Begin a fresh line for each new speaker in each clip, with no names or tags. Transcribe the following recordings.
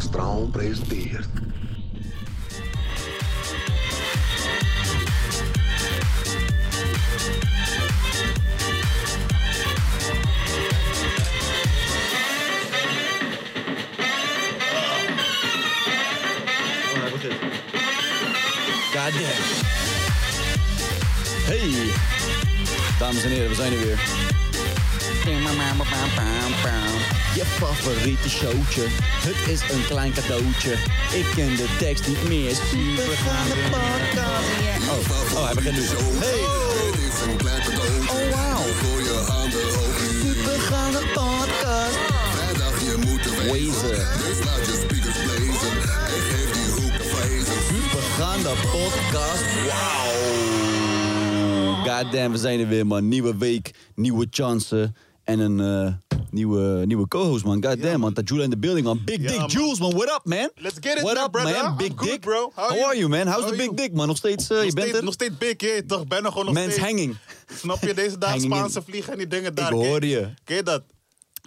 Straum presenteert.
Alright, we're good. Goddamn. Hey. Dames en heren, we zijn er weer. Je favoriete showtje. Het is een klein cadeautje. Ik ken de tekst niet meer. Super gaande podcast. Oh, oh, hij begint nu. Hey.
Het is een klein cadeautje.
Oh, wauw.
Gooi je handen hoog nu.
Super gaande podcast.
Vrijdag je moet er
Wezen.
Dus laat je speakers blazen. En geef die hoek vrezen.
Super gaande podcast. Wauw. Goddamn, we zijn er weer, man. Nieuwe week, nieuwe kansen. En een eh, nieuwe, nieuwe co-host, man. Goddamn, man. Tajula in the building, man. Big Dick
man.
Jules, man. What up, man?
Let's get it,
What
my
up,
brother.
man?
I'm
Big
good,
Dick.
bro. How are
How are
you?
you, man? How's
How
the
are
Big
you?
Dick, man? Nog steeds, eh, je
Nog
bent
steeds,
er?
nog steeds big, hè? Toch, ben nog gewoon nog
Mens
steeds.
hanging.
Snap je, deze dagen
Hanging in.
Spaanse vliegen en die dingen daar.
hoor
ken-
je.
Ken je dat?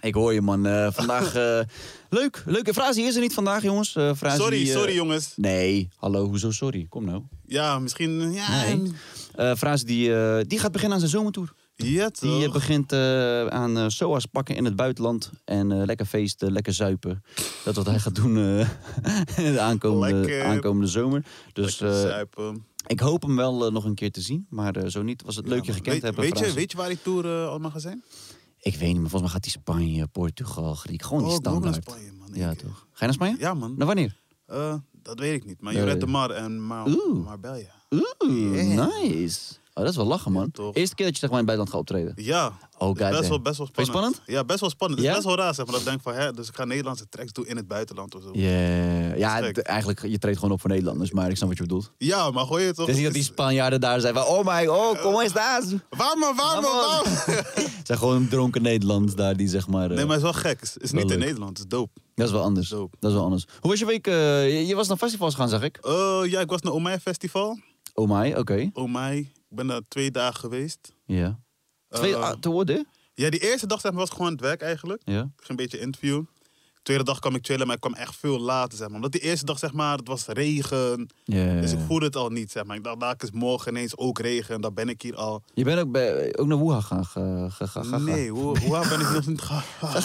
Ik hoor je, man. Eh, vandaag, eh, leuk. Leuk. Frazi is er niet vandaag, jongens. Eh, Frazi,
Sorry,
eh,
sorry jongens.
Nee, hallo, hoezo sorry? Kom nou.
Ja, misschien... Ja,
Nee. Eh Frazi, die, eh, die gaat beginnen aan zijn zomertour.
ja toch.
Die eh, begint eh, aan eh, SOA's pakken in het buitenland. En eh, lekker feesten, lekker zuipen. Dat is wat hij gaat doen eh, de aankomende,
Lekker.
aankomende zomer. Dus
Lekker
eh,
zuipen.
ik hoop hem wel eh, nog een keer te zien. Maar eh, zo niet, was het leuk je gekend
weet,
te hebben.
weet je,
Frans.
weet je waar die tour eh, allemaal gaat zijn?
Ik weet niet, maar volgens mij gaat hij Spanje, Portugal, Griek. Gewoon die
Oh, ik wil ook naar
standaard.
Spanje, man.
Ja,
Ik-
toch? Ga je naar Spanje?
Ja, man.
Naar wanneer?
Eh, dat weet ik niet, maar
Nee.
Joret de Mar en Mar
Oeh.
Marbella.
Oeh,
Yeah.
nice. Oh, dat is wel lachen, man.
toch.
Eerste keer dat je zeg maar, in het buitenland gaat optreden.
Ja,
Oh,
is best
goddamn.
wel, best wel
Vond je
spannend. Ja, best wel spannend. Het
Ja?
is best wel raar, zeg maar. Dat ik denk van, hè, dus ik ga Nederlandse tracks doen in het buitenland of zo.
Yeah. Ja,
Dat is gek.
d- eigenlijk, je treedt gewoon op voor Nederlanders, maar ik snap wat je bedoelt.
Ja, maar gooi je toch...
Het is niet dat die Spanjaarden daar zijn van, oh my, oh, kom eens daar. Ze
Waarom, waarom,
Waarom?
waarom?
zijn gewoon dronken Nederlanders daar die zeg maar... eh,
Nee, maar het is wel gek. Het is- het is
Wel
niet in
leuk.
Nederland, het is dope.
Dat is wel anders.
Dope.
Dat is wel anders. Hoe was je week? eh, je, je was naar festivals gaan, zag ik.
Eh, ja, ik was naar Omai Festival.
Oh my, oké.
Omai, ik ben daar twee dagen geweest.
Ja. Twee,
Eh,
ah, te worden?
Ja, die eerste dag zeg maar, was gewoon het werk eigenlijk.
Ja.
Ik ging een beetje interviewen. Tweede dag kwam ik chillen, maar ik kwam echt veel later. Zeg maar. Omdat die eerste dag, zeg maar, het was regen.
Ja.
Dus ik voelde het al niet. Zeg maar. Ik dacht, daar is morgen ineens ook regen. Dan ben ik hier al.
Je bent ook, bij, ook naar Wuhan gaan- ge- ge- ge- gegaan.
Nee, hoe, hoe ben ik nog niet gegaan?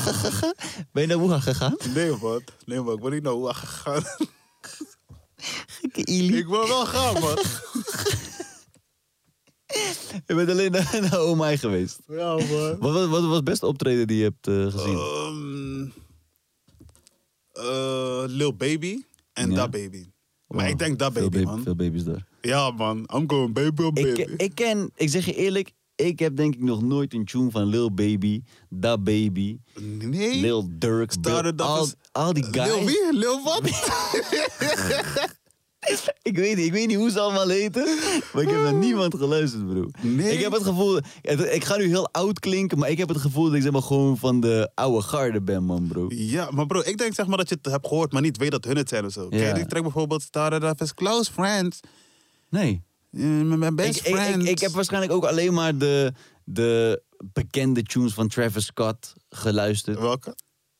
Ben je naar Wuhan gegaan?
Nee, man. Nee, man. Ik ben niet naar Oeha gegaan.
Gekke Ili.
Ik wil wel gaan, man.
Je bent alleen naar, naar Oh My geweest.
Ja, man.
Wat, wat, wat was het beste optreden die je hebt eh, gezien?
Ehm, eh, Lil Baby en
Ja.
Da Baby. Maar
Wow.
ik denk Da
veel
Baby,
ba-
man.
Veel baby's daar.
Ja, man. I'm going baby on
Ik,
baby.
ik ken, ik zeg je eerlijk, ik heb denk ik nog nooit een tune van Lil Baby, Da Baby,
nee.
Lil Durk,
Started
Bill-
up
al,
as-
al die guys.
Lil wie? Lil wat?
Ik weet niet, ik weet niet hoe ze allemaal heten, maar ik heb naar niemand geluisterd, bro.
Nee.
Ik heb het gevoel, het- ik ga nu heel oud klinken, maar ik heb het gevoel dat ik zeg maar gewoon van de oude garde ben, man, bro.
ja, maar bro, ik denk zeg maar dat je het hebt gehoord, maar niet weet dat hun het zijn of zo. Ken
Ja.
je die track bijvoorbeeld Started Up as Close Friends?
Nee.
Eh, Mijn
Ik,
best
ik, ik,
friends.
ik heb waarschijnlijk ook alleen maar de, de bekende tunes van Travis Scott geluisterd.
Welke?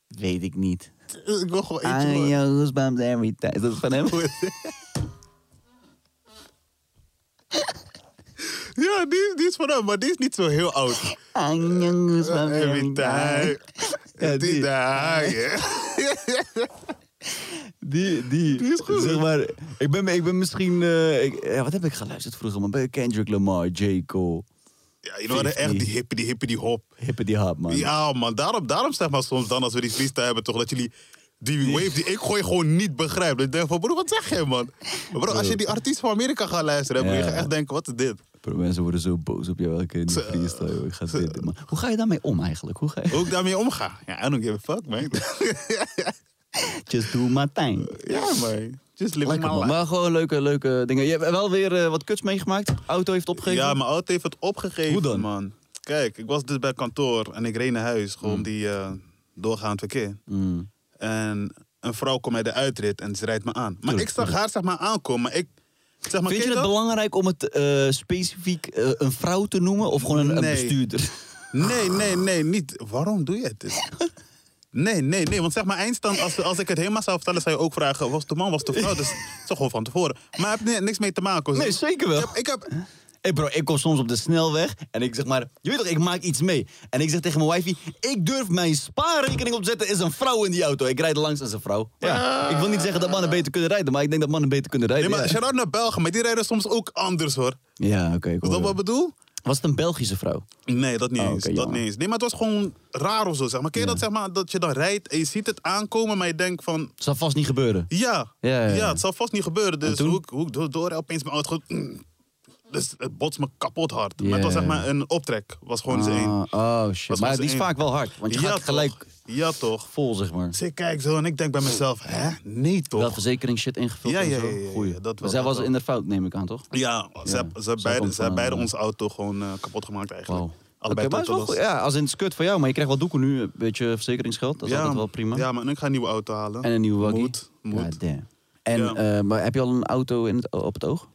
Weet ik niet.
Ik wil gewoon eentje
I
horen.
your goosebumps every time. Is dat van hem?
Ja, die, die is van hem, maar die is niet zo heel oud.
I your goosebumps
Every time.
Ja,
Die
die.
daar, ja.
Die, die,
Die is goed.
Zeg maar, ik ben, ik ben misschien... eh, ik- eh, wat heb ik geluisterd vroeger, man? Ben- Kendrick Lamar, J. Cole.
Ja, jullie waren echt die hippie, die hippie, die hop.
Hippity hop, man.
Ja, man, daarom, daarom zeg maar soms dan als we die freestyle hebben, toch dat jullie die wave die ik gooi gewoon niet begrijpen. Dat ik denk van, broer, wat zeg je, man? Maar Bro, als je die artiest van Amerika gaat luisteren, broer, je
Ja.
gaat echt denken, wat is dit?
Bro, mensen worden zo boos op jou elke keer in de freestyle. joh. Ik ga dit, man. Hoe ga je daarmee om eigenlijk? Hoe ga je...
Hoe ik daarmee omga? Ja, I don't give a fuck, man.
Just do my thing.
ja, man. Just live
Lekker,
my
man.
life.
Maar gewoon leuke, leuke dingen. Je hebt wel weer eh, wat kuts meegemaakt. Auto heeft opgegeven.
Ja, mijn auto heeft het opgegeven,
Hoe dan?
man. Kijk, ik was dus bij kantoor en ik reed naar huis. Gewoon
Mm.
die eh, doorgaand verkeer. En een vrouw komt uit de uitrit en ze rijdt me aan. Maar ik zag haar zeg maar aankomen. Maar ik, zeg maar,
Vind je
kijk
het
dan-
belangrijk om het eh, specifiek eh, een vrouw te noemen? Of gewoon een, een
Nee.
bestuurder?
Nee, nee, nee, niet. Waarom doe je het? dus? Nee, nee, nee. Want zeg maar, eindstand, als, als ik het helemaal zou vertellen, zou je ook vragen: was het de man, was het de vrouw? Dus het is toch gewoon van tevoren. Maar het heeft ni- niks mee te maken. hoor.
Nee, zeker wel.
Ik heb, ik heb-
Hey bro, ik kom soms op de snelweg en ik zeg maar, je weet toch, ik maak iets mee. En ik zeg tegen mijn wifey, ik durf mijn spaarrekening op te zetten, is een vrouw in die auto. Ik rijd langs als een vrouw. Ja. Ik wil niet zeggen dat mannen beter kunnen rijden, maar ik denk dat mannen beter kunnen
nee,
rijden.
maar
ja,
shout-out naar Belgen, maar die rijden soms ook anders hoor.
Oh, Ja, oké. ik
Is
hoor
dat wat ik
je.
bedoel?
was het een Belgische vrouw?
Nee, dat niet
Oh,
eens.
oké,
dat
jammer.
niet eens. Nee, maar het was gewoon raar of zo. Zeg maar. Ken je dat, zeg maar, dat je dan rijdt en je ziet het aankomen, maar je denkt van.
Zal vast niet gebeuren.
Ja,
Ja, ja, ja.
het zal vast niet gebeuren. Dus
toen?
hoe ik, hoe ik door, door opeens mijn auto gewoon, mm, dus het botst me kapot hard. Maar het was
Ja.
zeg maar een optrek. was gewoon eens één.
Ah, oh shit.
Was
Maar
gewoon
die is
eens één.
vaak wel hard, want je
Ja,
gaat
toch.
gelijk
Ja, toch.
vol, zeg maar.
Dus ik kijk zo en ik denk bij mezelf, hè? Nee,
Wel
toch?
verzekering shit ingevuld
Ja,
en
ja,
zo.
ja, ja, ja,
Goeie.
dat wel,
Maar zij
dat
was
wel.
in de fout, neem ik aan, toch?
Ja, ze, hebben- ze,
zij
beide,
komt
ze hebben
van,
beide
eh,
onze auto gewoon eh, kapot gemaakt eigenlijk.
Wauw.
Allebei
Oké, maar het is wel
tot de
goed.
last.
Ja, als in het is kut van jou, maar je krijgt wel doeken nu, een beetje verzekeringsgeld. Dat is altijd wel prima.
Ja, maar en ik ga een nieuwe auto halen.
En een nieuwe waggie.
Moet, moet.
God damn. En,
Ja.
eh, maar heb je al een auto in het, o- op het oog?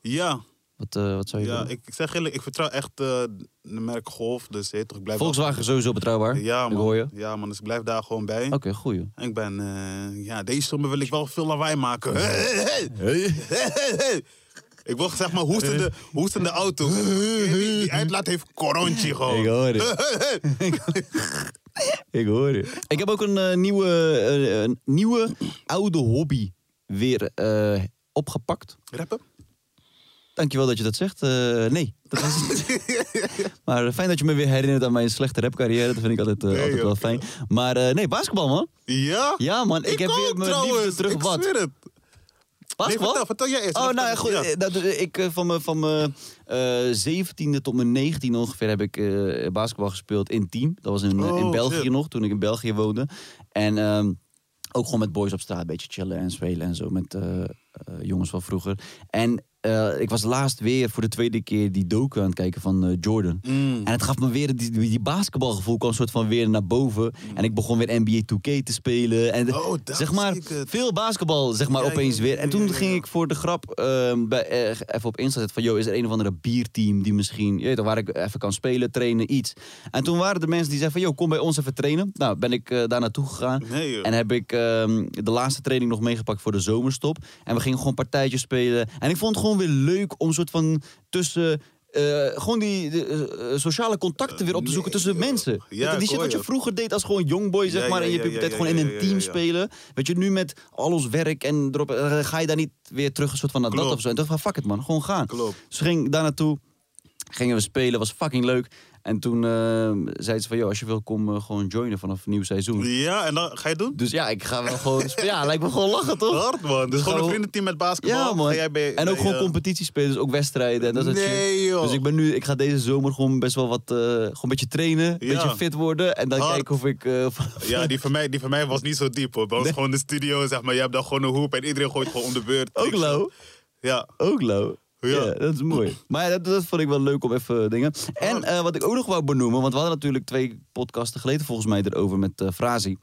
Ja,
Wat, eh, wat zou je
ja
doen?
ik, ik zeg eerlijk, ik vertrouw echt eh de merk Golf. Dus je weet toch, ik blijf...
Volkswagen sowieso betrouwbaar.
Ja, man.
Ik hoor je. Oké,
Ja, man, dus ik blijf daar gewoon bij.
goeie.
En ik ben... eh, ja, deze zomer wil ik wel veel lawaai maken. Hey, hey, hey. Hey, hey, hey. Ik wil zeg maar hoestende, hoestende auto. Die, die uitlaat heeft corontje gewoon.
Ik hoor het.
Hey, hey, hey.
Ik hoor je. Ik heb ook een eh, nieuwe, eh, een nieuwe oude hobby weer eh, opgepakt.
Rappen?
Dankjewel dat je dat zegt. Eh, nee, dat was het. maar eh, fijn dat je me weer herinnert aan mijn slechte rapcarrière. Dat vind ik altijd, eh,
Nee,
altijd wel
joh.
fijn. Maar eh, nee, basketbal man.
Ja?
Ja man, ik, heb weer
ook
mijn liefde
trouwens.
terug.
Ik
wat?
zweer het.
Basketbal?
vertel- vertel jij eerst.
Oh,
Wat
nou ja,
vertel-
goed.
ja.
eh, Dat, eh, ik, eh, van mijn van mijn, eh, 17e tot mijn 19e ongeveer heb ik eh, basketbal gespeeld in team. Dat was in, eh, in
Oh,
België
shit.
nog, toen ik in België woonde. En ehm, ook gewoon met boys op straat, een beetje chillen en spelen en zo. Met eh, eh, jongens van vroeger. En eh, ik was laatst weer voor de tweede keer die docu aan het kijken van eh, Jordan.
Mm.
En het gaf me weer, die, die basketbalgevoel kwam soort van weer naar boven. En ik begon weer NBA 2K te spelen. En
Mm. Oh, dat
zeg maar,
zie ik het.
veel basketbal, zeg maar,
Ja, ja,
opeens
ja,
weer. En
ja,
toen
ja,
ging
ja.
ik voor de grap ehm, bij, eh, even op Insta zetten van... ...joh, is er een of andere bierteam die misschien... Je weet toch, ...waar ik even kan spelen, trainen, iets. En toen waren er mensen die zeiden van... ...joh, kom bij ons even trainen. Nou, ben ik eh, daar naartoe gegaan.
Nee, joh.
en heb ik ehm, de laatste training nog meegepakt voor de zomerstop. En we gingen gewoon partijtjes spelen. En ik vond het gewoon weer leuk om soort van tussen... eh, gewoon die de, eh, sociale contacten weer op te
Eh, Nee,
zoeken tussen
joh.
mensen.
Ja, ik
die shit
hoor
wat je
je.
vroeger deed als gewoon jongboy, zeg
Ja,
maar.
ja,
en je
ja,
puberteit
ja, ja,
gewoon in
ja,
een
ja,
team
ja.
spelen spelen. Weet je, nu met al ons werk en erop, eh, ga je daar niet weer terug een soort van naar dat
Klopt.
of zo. En toen dacht ik van, fuck it man, gewoon gaan.
Klopt.
Dus ging ik daar naartoe, gingen we spelen, was fucking leuk. En toen eh zeiden ze van, joh, als je wil, kom eh, gewoon joinen vanaf nieuw seizoen.
Ja, en dan ga je het doen?
Dus ja, ik ga wel gewoon, sp- ja, lijkt me gewoon lachen toch?
Hard, man. Dus gewoon een vriendenteam met basketbal.
Ja, man.
Ga jij bij-
en ook
bij,
gewoon
eh,
competitie spelen, dus ook wedstrijden. En dat soort
Nee,
shit.
joh.
Dus ik ben nu, ik ga deze zomer gewoon best wel wat, eh, gewoon een beetje trainen, een
Ja.
beetje fit worden. En dan
Hard.
kijken of ik... eh, van-
Ja, die van, mij, die van mij was niet zo diep, hoor. Bij ons gewoon de studio, zeg maar. Je hebt dan gewoon een hoep en iedereen gooit gewoon om de beurt.
Ook
Ik-
low.
Ja.
Ook low. Ja.
Ja.
dat is mooi. Maar dat, dat vond ik wel leuk om even dingen. En eh, wat ik ook nog wou benoemen, want we hadden natuurlijk twee podcasten geleden volgens mij erover met eh Frazi.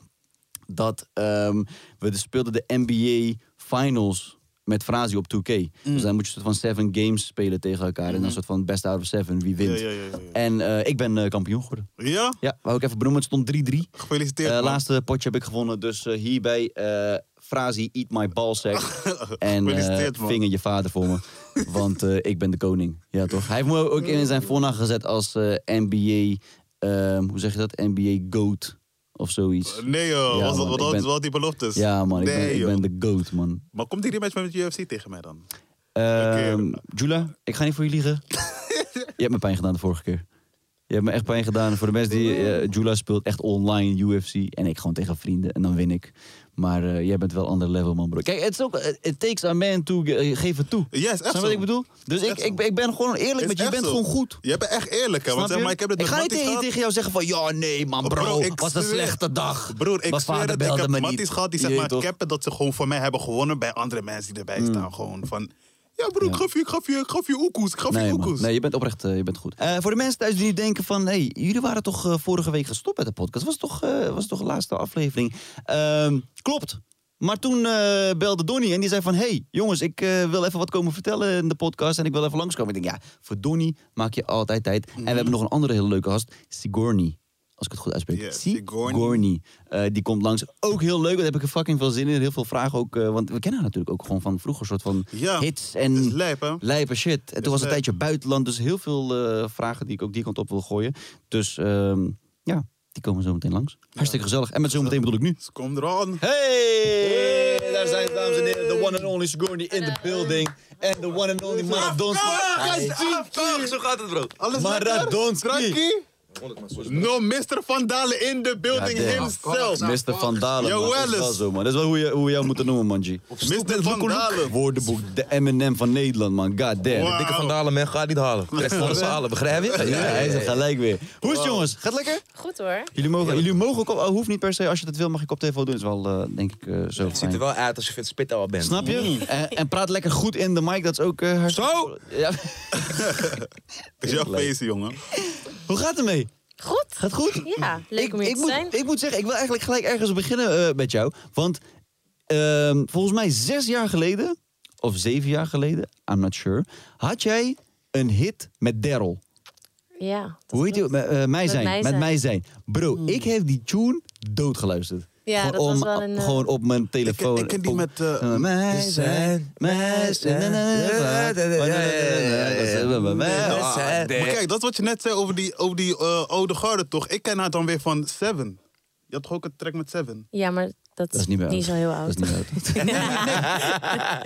Dat ehm, we dus speelden de NBA Finals met Frazi op 2K.
Mm.
Dus dan moet je een soort van seven games spelen tegen elkaar. En dan een soort van best out of seven, wie wint.
Mhm. Ja, ja, ja, ja, ja.
En eh, ik ben eh, kampioen geworden.
Ja?
Ja, wou ik even benoemen. Het stond 3-3.
Gefeliciteerd,
Eh,
man.
laatste potje heb ik gewonnen. Dus eh, hierbij eh Frazi, eat my ballsack. en eh
Gefeliciteerd, man.
vinger je vader voor me. Want eh, ik ben de koning. Ja, toch? Hij heeft me eh, ook in zijn voornaam gezet als eh, NBA... ehm, hoe zeg je dat? NBA GOAT. Of zoiets.
Nee joh,
Ja,
was, dat
man,
wat,
ik
was
ben-
wel die beloftes.
Ja, man, ik,
nee,
ben, ik
joh.
ben de goat, man.
Maar komt die rematch met UFC tegen mij dan?
Ehm Jula, ik ga niet voor je liegen. je hebt me pijn gedaan de vorige keer. Je hebt me echt pijn gedaan. Voor de mensen die... eh, Jula speelt echt online UFC. En ik gewoon tegen vrienden. En dan win ik. Maar eh, jij bent wel ander level, man, bro. Kijk, het is ook... eh, It takes a man to... eh, geef het toe.
Yes, echt
Snap je
zo.
wat ik bedoel? Dus
Echt
ik,
zo.
ik, ik ben gewoon eerlijk
Is
met je. Je
echt
bent
zo.
gewoon goed.
Je bent echt eerlijk, hè?
Snap
Want zeg
je?
maar, ik heb het met
ga niet
Matties
tegen,
gehad.
tegen jou zeggen van... Ja, nee, man, bro.
ik
was een
zweer-
slechte dag.
Broer, ik
Mijn
zweer
vader
het, ik
belde
heb
me niet.
matties gehad die zeg
Je
maar
weet toch? Hmm.
cappen dat ze gewoon voor mij hebben gewonnen bij andere mensen die erbij staan. Gewoon van, ja broer, ik gaf je, ik gaf je, ik gaf je oekoes, ik gaf
Nee,
je
man.
oekoes.
nee, je bent oprecht eh, je bent goed. Eh, voor de mensen thuis die nu denken van... Hey, jullie waren toch eh, vorige week gestopt met de podcast? Was toch, eh, was toch de laatste aflevering? Ehm, klopt. Maar toen eh, belde Donnie en die zei van... hey, jongens, ik eh, wil even wat komen vertellen in de podcast... en ik wil even langskomen. Ik denk, ja, voor Donnie maak je altijd tijd. En
Mhm.
we hebben nog een andere hele leuke gast, Sigourney. Als ik het goed uitspreek.
Ja,
Sigourney.
Sigourney.
Eh, die komt langs. Ook heel leuk, daar heb ik er fucking veel zin in. Heel veel vragen ook. eh, want we kennen haar natuurlijk ook gewoon van vroeger. soort van
Ja,
hits en
het is lijp, hè?
lijpe shit. En toen was het
lijp.
een tijdje buitenland, dus heel veel eh, vragen die ik ook die kant op wil gooien. Dus ehm, ja, die komen zo meteen langs. Hartstikke gezellig. En met zo meteen bedoel ik nu.
Dus kom eraan.
Hey! Daar zijn ze, dames en heren. The one and only Sigourney in the building. En the one and only Maradonski.
Zo gaat het, bro.
Alles
Maradonski.
Krakkie? No, Mr. Van Dalen in the building
Ja, damn.
himself.
Mr. Van Dalen, man.
Jawel
Dat is wel
eens.
zo, man. Dat is wel hoe je, hoe we jou moeten noemen, man. G.
Mr. Van Dalen.
Woordenboek, de M&M van Nederland, man. God damn.
Wauw.
Dikke Van Dalen, man, ga niet halen. Trek volle zalen, begrijp je?
Ja, hij is er gelijk weer. Hoe is het, jongens? Gaat lekker?
Goed hoor.
Jullie mogen, jullie mogen ook, oh, hoeft niet per se, als je dat wil, mag ik op tv doen. Is wel, eh, denk ik, eh, zo.
Het ziet er wel uit als je fit spit al bent.
Snap je? En, en praat lekker goed in de mic, dat is ook... eh, hartstikke-
Zo!
Ja.
Dat is jouw feest, jongen.
Hoe gaat het mee?
Goed.
Gaat goed?
Ja, leuk
ik,
om hier
ik
te
moet,
zijn.
Ik moet zeggen, ik wil eigenlijk gelijk ergens beginnen eh, met jou. Want ehm, volgens mij zes jaar geleden, of zeven jaar geleden, I'm not sure, had jij een hit met Daryl.
Ja.
Hoe heet die? Me- eh, mij zijn.
Mij
Met
Zijn.
mij zijn. Bro, ik heb die tune doodgeluisterd.
Ja,
gewoon,
dat
om-
was wel een, eh,
gewoon op mijn telefoon.
ik ken die
Op-
met, eh,
Eh, mij zijn, mij zijn. na, na, na, na, na, na, na, na, na.
Eh, Maar kijk, dat is wat je net zei over die, over die eh, oude garde, toch? Ik ken haar dan weer van Seven. Je had toch ook een track met Seven?
Ja, maar dat,
Dat is niet meer
die is al heel oud.
Dat is niet meer oud.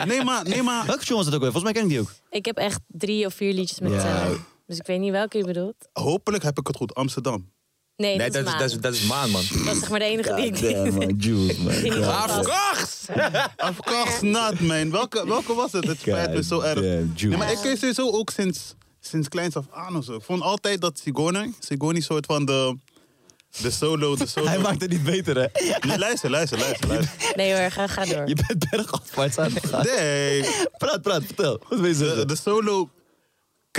Nee, maar... Nee, maar
Welke tune was dat ook weer? Volgens mij ken ik die ook.
Ik heb echt drie of vier liedjes met
Ja.
Tellen. Dus ik weet niet welke je bedoelt.
hopelijk heb ik het goed. Amsterdam.
Nee,
Nee,
dat, is
dat is, dat is Maan, man.
Maan. Dat is zeg maar de enige die ik
Damn, man. Jules, man.
die ik
Ja.
vast-
Of course not, man. Welke, welke was het? Het spijt me zo erg.
damn, Jules.
Nee, maar ik ken sowieso ook sinds, sinds kleins af aan of zo. Ik vond altijd dat Sigourney, Sigourney soort van de... De solo, de solo.
Hij maakt het niet beter, hè?
Nee, luister, luister, luister, luister.
Nee hoor, ga, ga door.
Je bent bergafwaarts aan het gaan.
Nee,
Praat, praat, vertel. Wat wil je
de,
zeggen?
de solo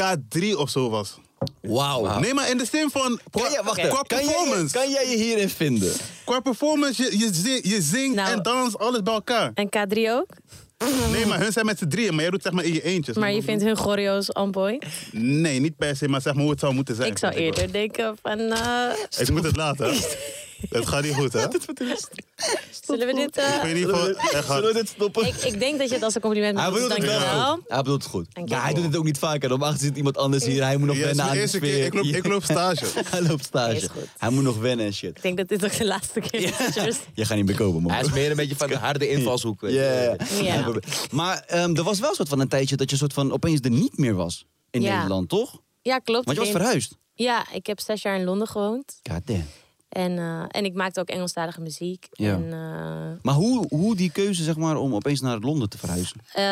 K3 of zo was.
Wauw.
Nee, maar in de zin van... Qua,
Ah. Kan jij- wacht
qua
even. Kan jij,
performance.
kan jij je hierin vinden?
Qua performance, je, je, zi- je zingt
Nou.
en danst, alles bij elkaar.
En K3 ook?
Nee, maar hun zijn met z'n drieën, maar jij doet zeg maar in je eentje.
Maar je vindt hun choreo's on point?
Nee, niet per se, maar zeg maar hoe het zou moeten zijn.
Ik zou
vind wel.
eerder denken van... eh,
Ik moet het laten. hè. Het gaat niet goed, hè? Ik
zullen we dit... eh,
weet niet van... echt
Zullen we
hard.
dit stoppen?
ik, ik denk dat je het als een compliment
Hij
moet doen. dus
bedoelt het wel
Dankjewel.
goed. Hij bedoelt het goed.
Dank je.
Ja, hij doet het ook niet vaker. Normaal zit iemand anders hier. Hij moet nog
Ja, het is
wennen aan
mijn
de sfeer.
eerste keer. Ik loop, ik loop stage.
Hij loopt
Hij
stage.
is goed.
Hij moet nog wennen en shit.
Ik denk dat dit ook de laatste keer is. Joost.
Je gaat niet meer kopen, man.
Hij is meer een beetje van de harde invalshoek. weet je.
Ja.
Ja.
Maar ehm, er was wel soort van een tijdje dat je soort van opeens er niet meer was. In
Ja.
Nederland, toch?
Ja, klopt.
Want je was
Ik denk-
verhuisd.
Ja, ik heb zes jaar in Londen gewoond.
God damn.
En, eh, en ik maakte ook Engelstalige muziek.
Ja.
En, eh,
Maar hoe, hoe die keuze, zeg maar, om opeens naar Londen te verhuizen?
eh,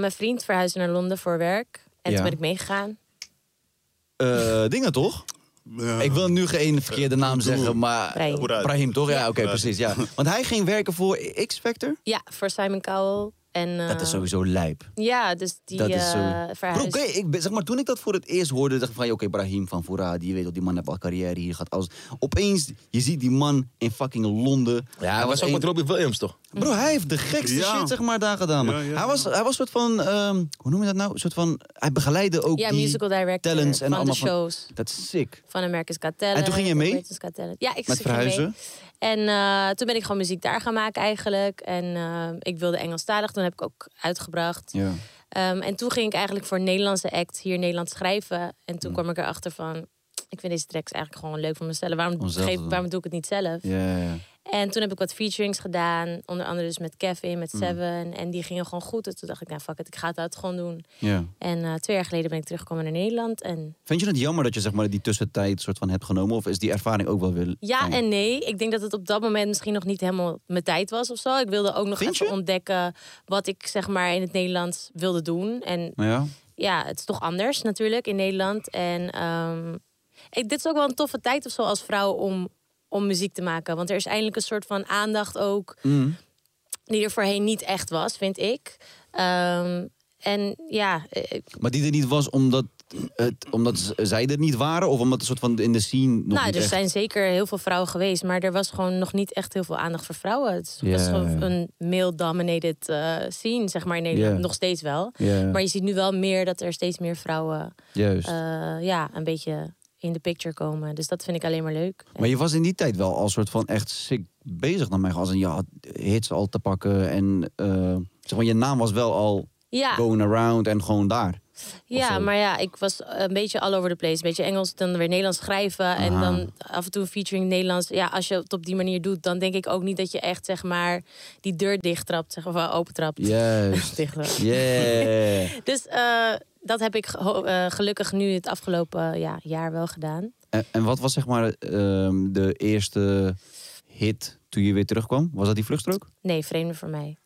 mijn vriend verhuisde naar Londen voor werk. En
Ja.
toen ben ik meegegaan.
Eh, dingen, toch?
Ja.
Ik wil nu geen verkeerde naam zeggen, maar...
Brahim.
Brahim, toch? Ja, oké,
Brahim.
precies. Ja. Want hij ging werken voor X-Factor.
Ja, voor Simon Cowell. En, eh,
Dat is sowieso lijp.
Ja, dus die
Dat
eh
is zo. Bro,
verhuisde.
oké, ik ben- zeg maar, toen ik dat voor het eerst hoorde, dacht ik van, ja, oké, Brahim van Foura, die weet al, die man heeft al carrière, hier gaat alles. Opeens, je ziet die man in fucking Londen.
Ja, hij was ook
een-
met Robbie Williams, toch?
Bro, hij heeft de gekste
Ja.
shit, zeg maar, daar gedaan. man.
Ja, ja,
hij,
ja.
was, hij was soort van, ehm, hoe noem je dat nou? Een soort van, hij begeleidde ook
Ja,
die
musical director
talents en
van de
allemaal
shows.
dat is sick.
Van America's Got Talent.
En toen ging je mee?
America's Got Talent. Ja, ik
Met
ik ging mee.
verhuizen?
En eh, toen ben ik gewoon muziek daar gaan maken eigenlijk. En eh, ik wilde Engelstalig. Toen heb ik ook uitgebracht.
Ja. Mm.
Ehm, en toen ging ik eigenlijk voor een Nederlandse act hier in Nederland schrijven. En toen kwam ik erachter van... ik vind deze tracks eigenlijk gewoon leuk voor mezelf. Waarom,
Om zelf te
geef,
doen.
waarom doe ik het niet zelf?
Ja, ja, ja.
En toen heb ik wat featurings gedaan. Onder andere dus met Kevin,
Mm.
met Seven. En die gingen gewoon goed. En toen dacht ik, nou fuck it, ik ga dat gewoon doen.
ja.
En eh, twee jaar geleden ben ik teruggekomen naar Nederland. En
Vind je het jammer dat je zeg maar, die tussentijd soort van hebt genomen? Of is die ervaring ook wel weer...
ja
fijn?
en nee. Ik denk dat het op dat moment misschien nog niet helemaal mijn tijd was of zo. Ik wilde ook nog
Vind
even
je?
ontdekken wat ik zeg maar in het Nederlands wilde doen. En
Ja?
ja, het is toch anders natuurlijk in Nederland. En ehm, ik, dit is ook wel een toffe tijd of zo als vrouw om, om muziek te maken. Want er is eindelijk een soort van aandacht ook.
Mm.
Die er voorheen niet echt was, vind ik. Ehm, en ja, eh,
Maar die er niet was omdat, het, omdat z- zij er niet waren? Of omdat het soort van in de scene nog
nou,
niet
er
echt-
zijn zeker heel veel vrouwen geweest, maar er was gewoon nog niet echt heel veel aandacht voor vrouwen. Het was
Ja.
gewoon een male-dominated eh, scene, zeg maar in Nederland.
Ja.
Nog steeds wel.
Ja.
Maar je ziet nu wel meer dat er steeds meer vrouwen
Juist.
eh, ja, een beetje in de picture komen. Dus dat vind ik alleen maar leuk.
Maar je was in die tijd wel als soort van echt sick bezig naar mij. Als in, je had hits al te pakken en eh, zeg maar, je naam was wel al
Ja.
going around en gewoon daar.
Ja,
zo.
maar ja, ik was een beetje all over the place. Een beetje Engels, dan weer Nederlands schrijven. En dan af en toe een featuring Nederlands. Ja, als je het op die manier doet, dan denk ik ook niet dat je echt, zeg maar, die deur dicht trapt. Zeg maar, open trapt.
Juist.
Dichttrapt.
Yeah.
Dus eh, dat heb ik geho- eh, gelukkig nu het afgelopen ja, jaar wel gedaan.
en, en wat was zeg maar ehm, de eerste hit toen je weer terugkwam? Was dat die vluchtstrook?
Nee, vreemde voor mij.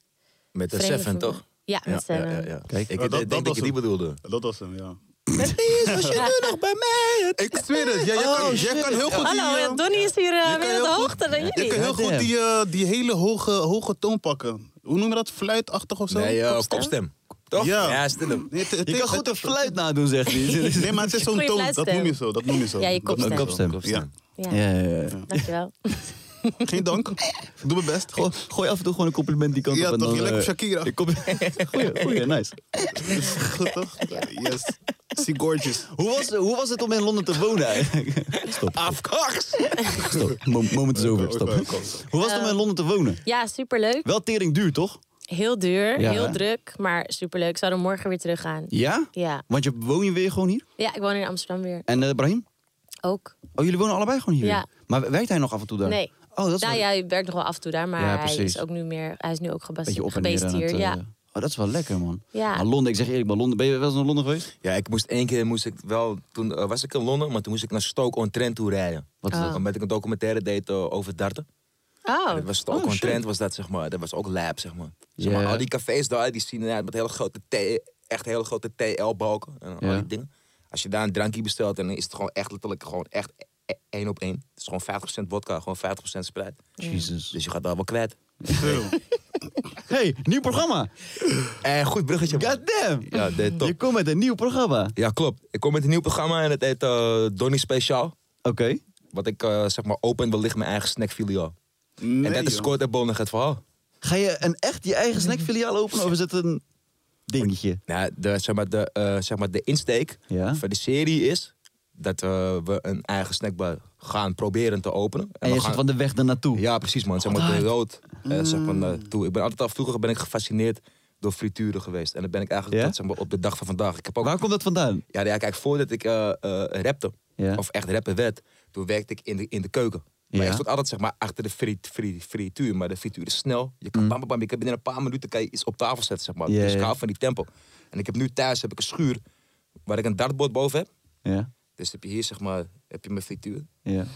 Met de
Vreemde
Seven,
voor
toch?
mij. Ja, met
ja,
Seven.
ja, ja. Kijk, ik
dat- dat
denk dat,
was
je die
hem.
bedoelde.
Dat was hem, ja.
nog bij mij.
Ik zweer het. Ja, jij, kan, jij kan heel goed die,
Hallo,
eh,
ja, Donnie is hier eh,
je kan
weer op
heel
de
goed-
hoogte dan
jij
jullie.
kan heel goed die, eh, die hele hoge, hoge toon pakken. Hoe noem je dat? Fluitachtig of zo?
Nee, eh,
Kopstem?
kopstem. Toch?
Ja.
Ja, stil
Nee, het- het
Je
is-
kan goed een
het-
fluit nadoen, zegt hij.
Nee, maar het is zo'n
Goeie
toon. Dat
fluitstem.
noem je zo. Dat noem je zo.
Ja, je
Dat-
kopstem.
Kopstem.
Ja.
Ja,
Ja, ja, ja.
dankjewel.
Geen dank. Ik doe mijn best.
Gooi, gooi af en toe gewoon een compliment die kant
Ja,
op. en
toch?
dan,
Je lijkt op
eh,
Shakira.
je kop- Goeie, goeie, nice.
Goed, toch? Yes. See gorgeous.
Hoe was, hoe was het om in Londen te wonen eigenlijk? Stop. Stop. Mo- moment is over. Stop.
Oké, oké.
Hoe was het
Eh.
om in Londen te wonen?
Ja, superleuk.
Wel tering duur, toch?
Heel duur,
Ja,
heel
hè?
druk, maar superleuk. Ik zou er morgen weer terug gaan.
Ja?
Ja.
Want je woon je weer gewoon hier?
Ja, ik woon in Amsterdam weer.
En eh Brahim?
Ook.
Oh, jullie wonen allebei gewoon hier?
Ja.
Maar werkt hij nog af en toe daar?
Nee.
Oh, dat is
nou
wel
ja, hij werkt nog wel af en toe daar, maar
Ja,
hij
precies.
is ook nu meer, hij is nu ook
een beetje
gebase-
op en neer
gebaseerd
aan
hier.
het, eh,
ja.
Oh, dat is wel lekker, man.
Ja.
Maar Londen, ik zeg eerlijk, maar Londen, ben je wel eens naar Londen geweest?
Ja, ik moest één keer, moest ik wel, toen eh, was ik in Londen, maar toen moest ik naar Stoke-on-Trent toe rijden.
Wat is dat?
Omdat ik een documentaire deed eh, over darten.
Oh,
Dat was Stoke on Trent, was dat zeg maar. Dat was ook lab, zeg maar. Zeg
Ja.
maar al die cafés daar, die zien eruit met hele grote T, echt hele grote TL-balken en
Ja.
al die dingen. Als je daar een drankje bestelt, dan is het gewoon echt letterlijk gewoon echt e- één op één. Het is gewoon 50% vodka, gewoon 50% spreid.
Jezus.
Dus je gaat daar wel kwijt.
hey, nieuw programma.
Eh, goed bruggetje. man.
Goddamn.
Ja, nee, top.
Je komt met een nieuw programma. Oké.
Ja, klopt. Ik kom met een nieuw programma en het heet eh Donnie Speciaal. Wat ik eh, zeg maar open wellicht mijn eigen snackfiliaal. en dat is kort en bondig het verhaal.
Ga je een echt je eigen snackfiliaal openen of is het een dingetje?
Nou, de, zeg, maar, de, eh, zeg maar de insteek
Ja.
van de serie is dat eh, we een eigen snackbar gaan proberen te openen.
En
we
je
gaan-
zit van de Mm. weg ernaartoe.
Ja, precies man. Zeg maar de rood. eh, zeg maar, naartoe. Ik ben altijd al vroeger ben ik gefascineerd door frituren geweest. En dat ben ik eigenlijk
Ja?
tot, zeg maar, op de dag van vandaag. Ik heb ook
Waar komt dat vandaan?
ja, ja, kijk, voordat ik eh eh, rapte,
Ja.
of echt rappen werd, toen werkte ik in de, in de keuken. Maar
Ja.
ik stond altijd zeg maar, achter de frit- frit- frituur, maar de frituur is snel. Je kan bam, bam, bam, je kan binnen een paar minuten kan je iets op tafel zetten. Zeg maar.
Mm. Ja,
dus ik
ja.
hou van die tempo. En ik heb nu thuis heb ik een schuur waar ik een dartbord boven heb.
Ja,
Dus heb je hier zeg maar, heb je mijn frituur,
ja,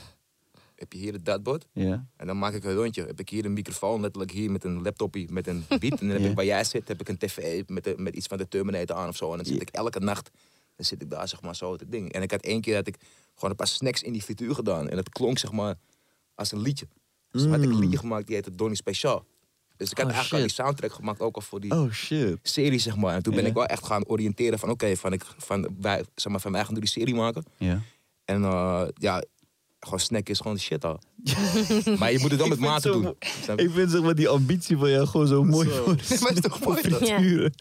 heb je hier het dartbord.
ja.
En dan maak ik een rondje. Heb ik hier een microfoon, letterlijk hier met een laptopje, met een beat. En dan heb
Ja.
ik waar jij zit, heb ik een tv met, de- met iets van de Terminator aan of zo. En dan zit ik elke nacht, dan zit ik daar zeg maar zo te ding. En ik had één keer had ik gewoon een paar snacks in die frituur gedaan. En dat klonk zeg maar als een liedje. Dus toen had ik een liedje gemaakt die heette Donnie Speciaal. Dus ik had
Mm. Oh,
eigenlijk al
shit.
die soundtrack gemaakt ook al voor die
Oh shit.
serie zeg maar. En toen ben
Ja.
ik wel echt gaan oriënteren van oké, van, ik- van, wij, zeg maar, van wij gaan nu die serie maken.
Ja.
En eh, ja, gewoon snacken is gewoon de shit al. maar je moet het wel met mate doen. Snap je?
Ik vind zeg maar die ambitie van jou gewoon zo mooi voor
Maar is toch mooi, toch?
frituren.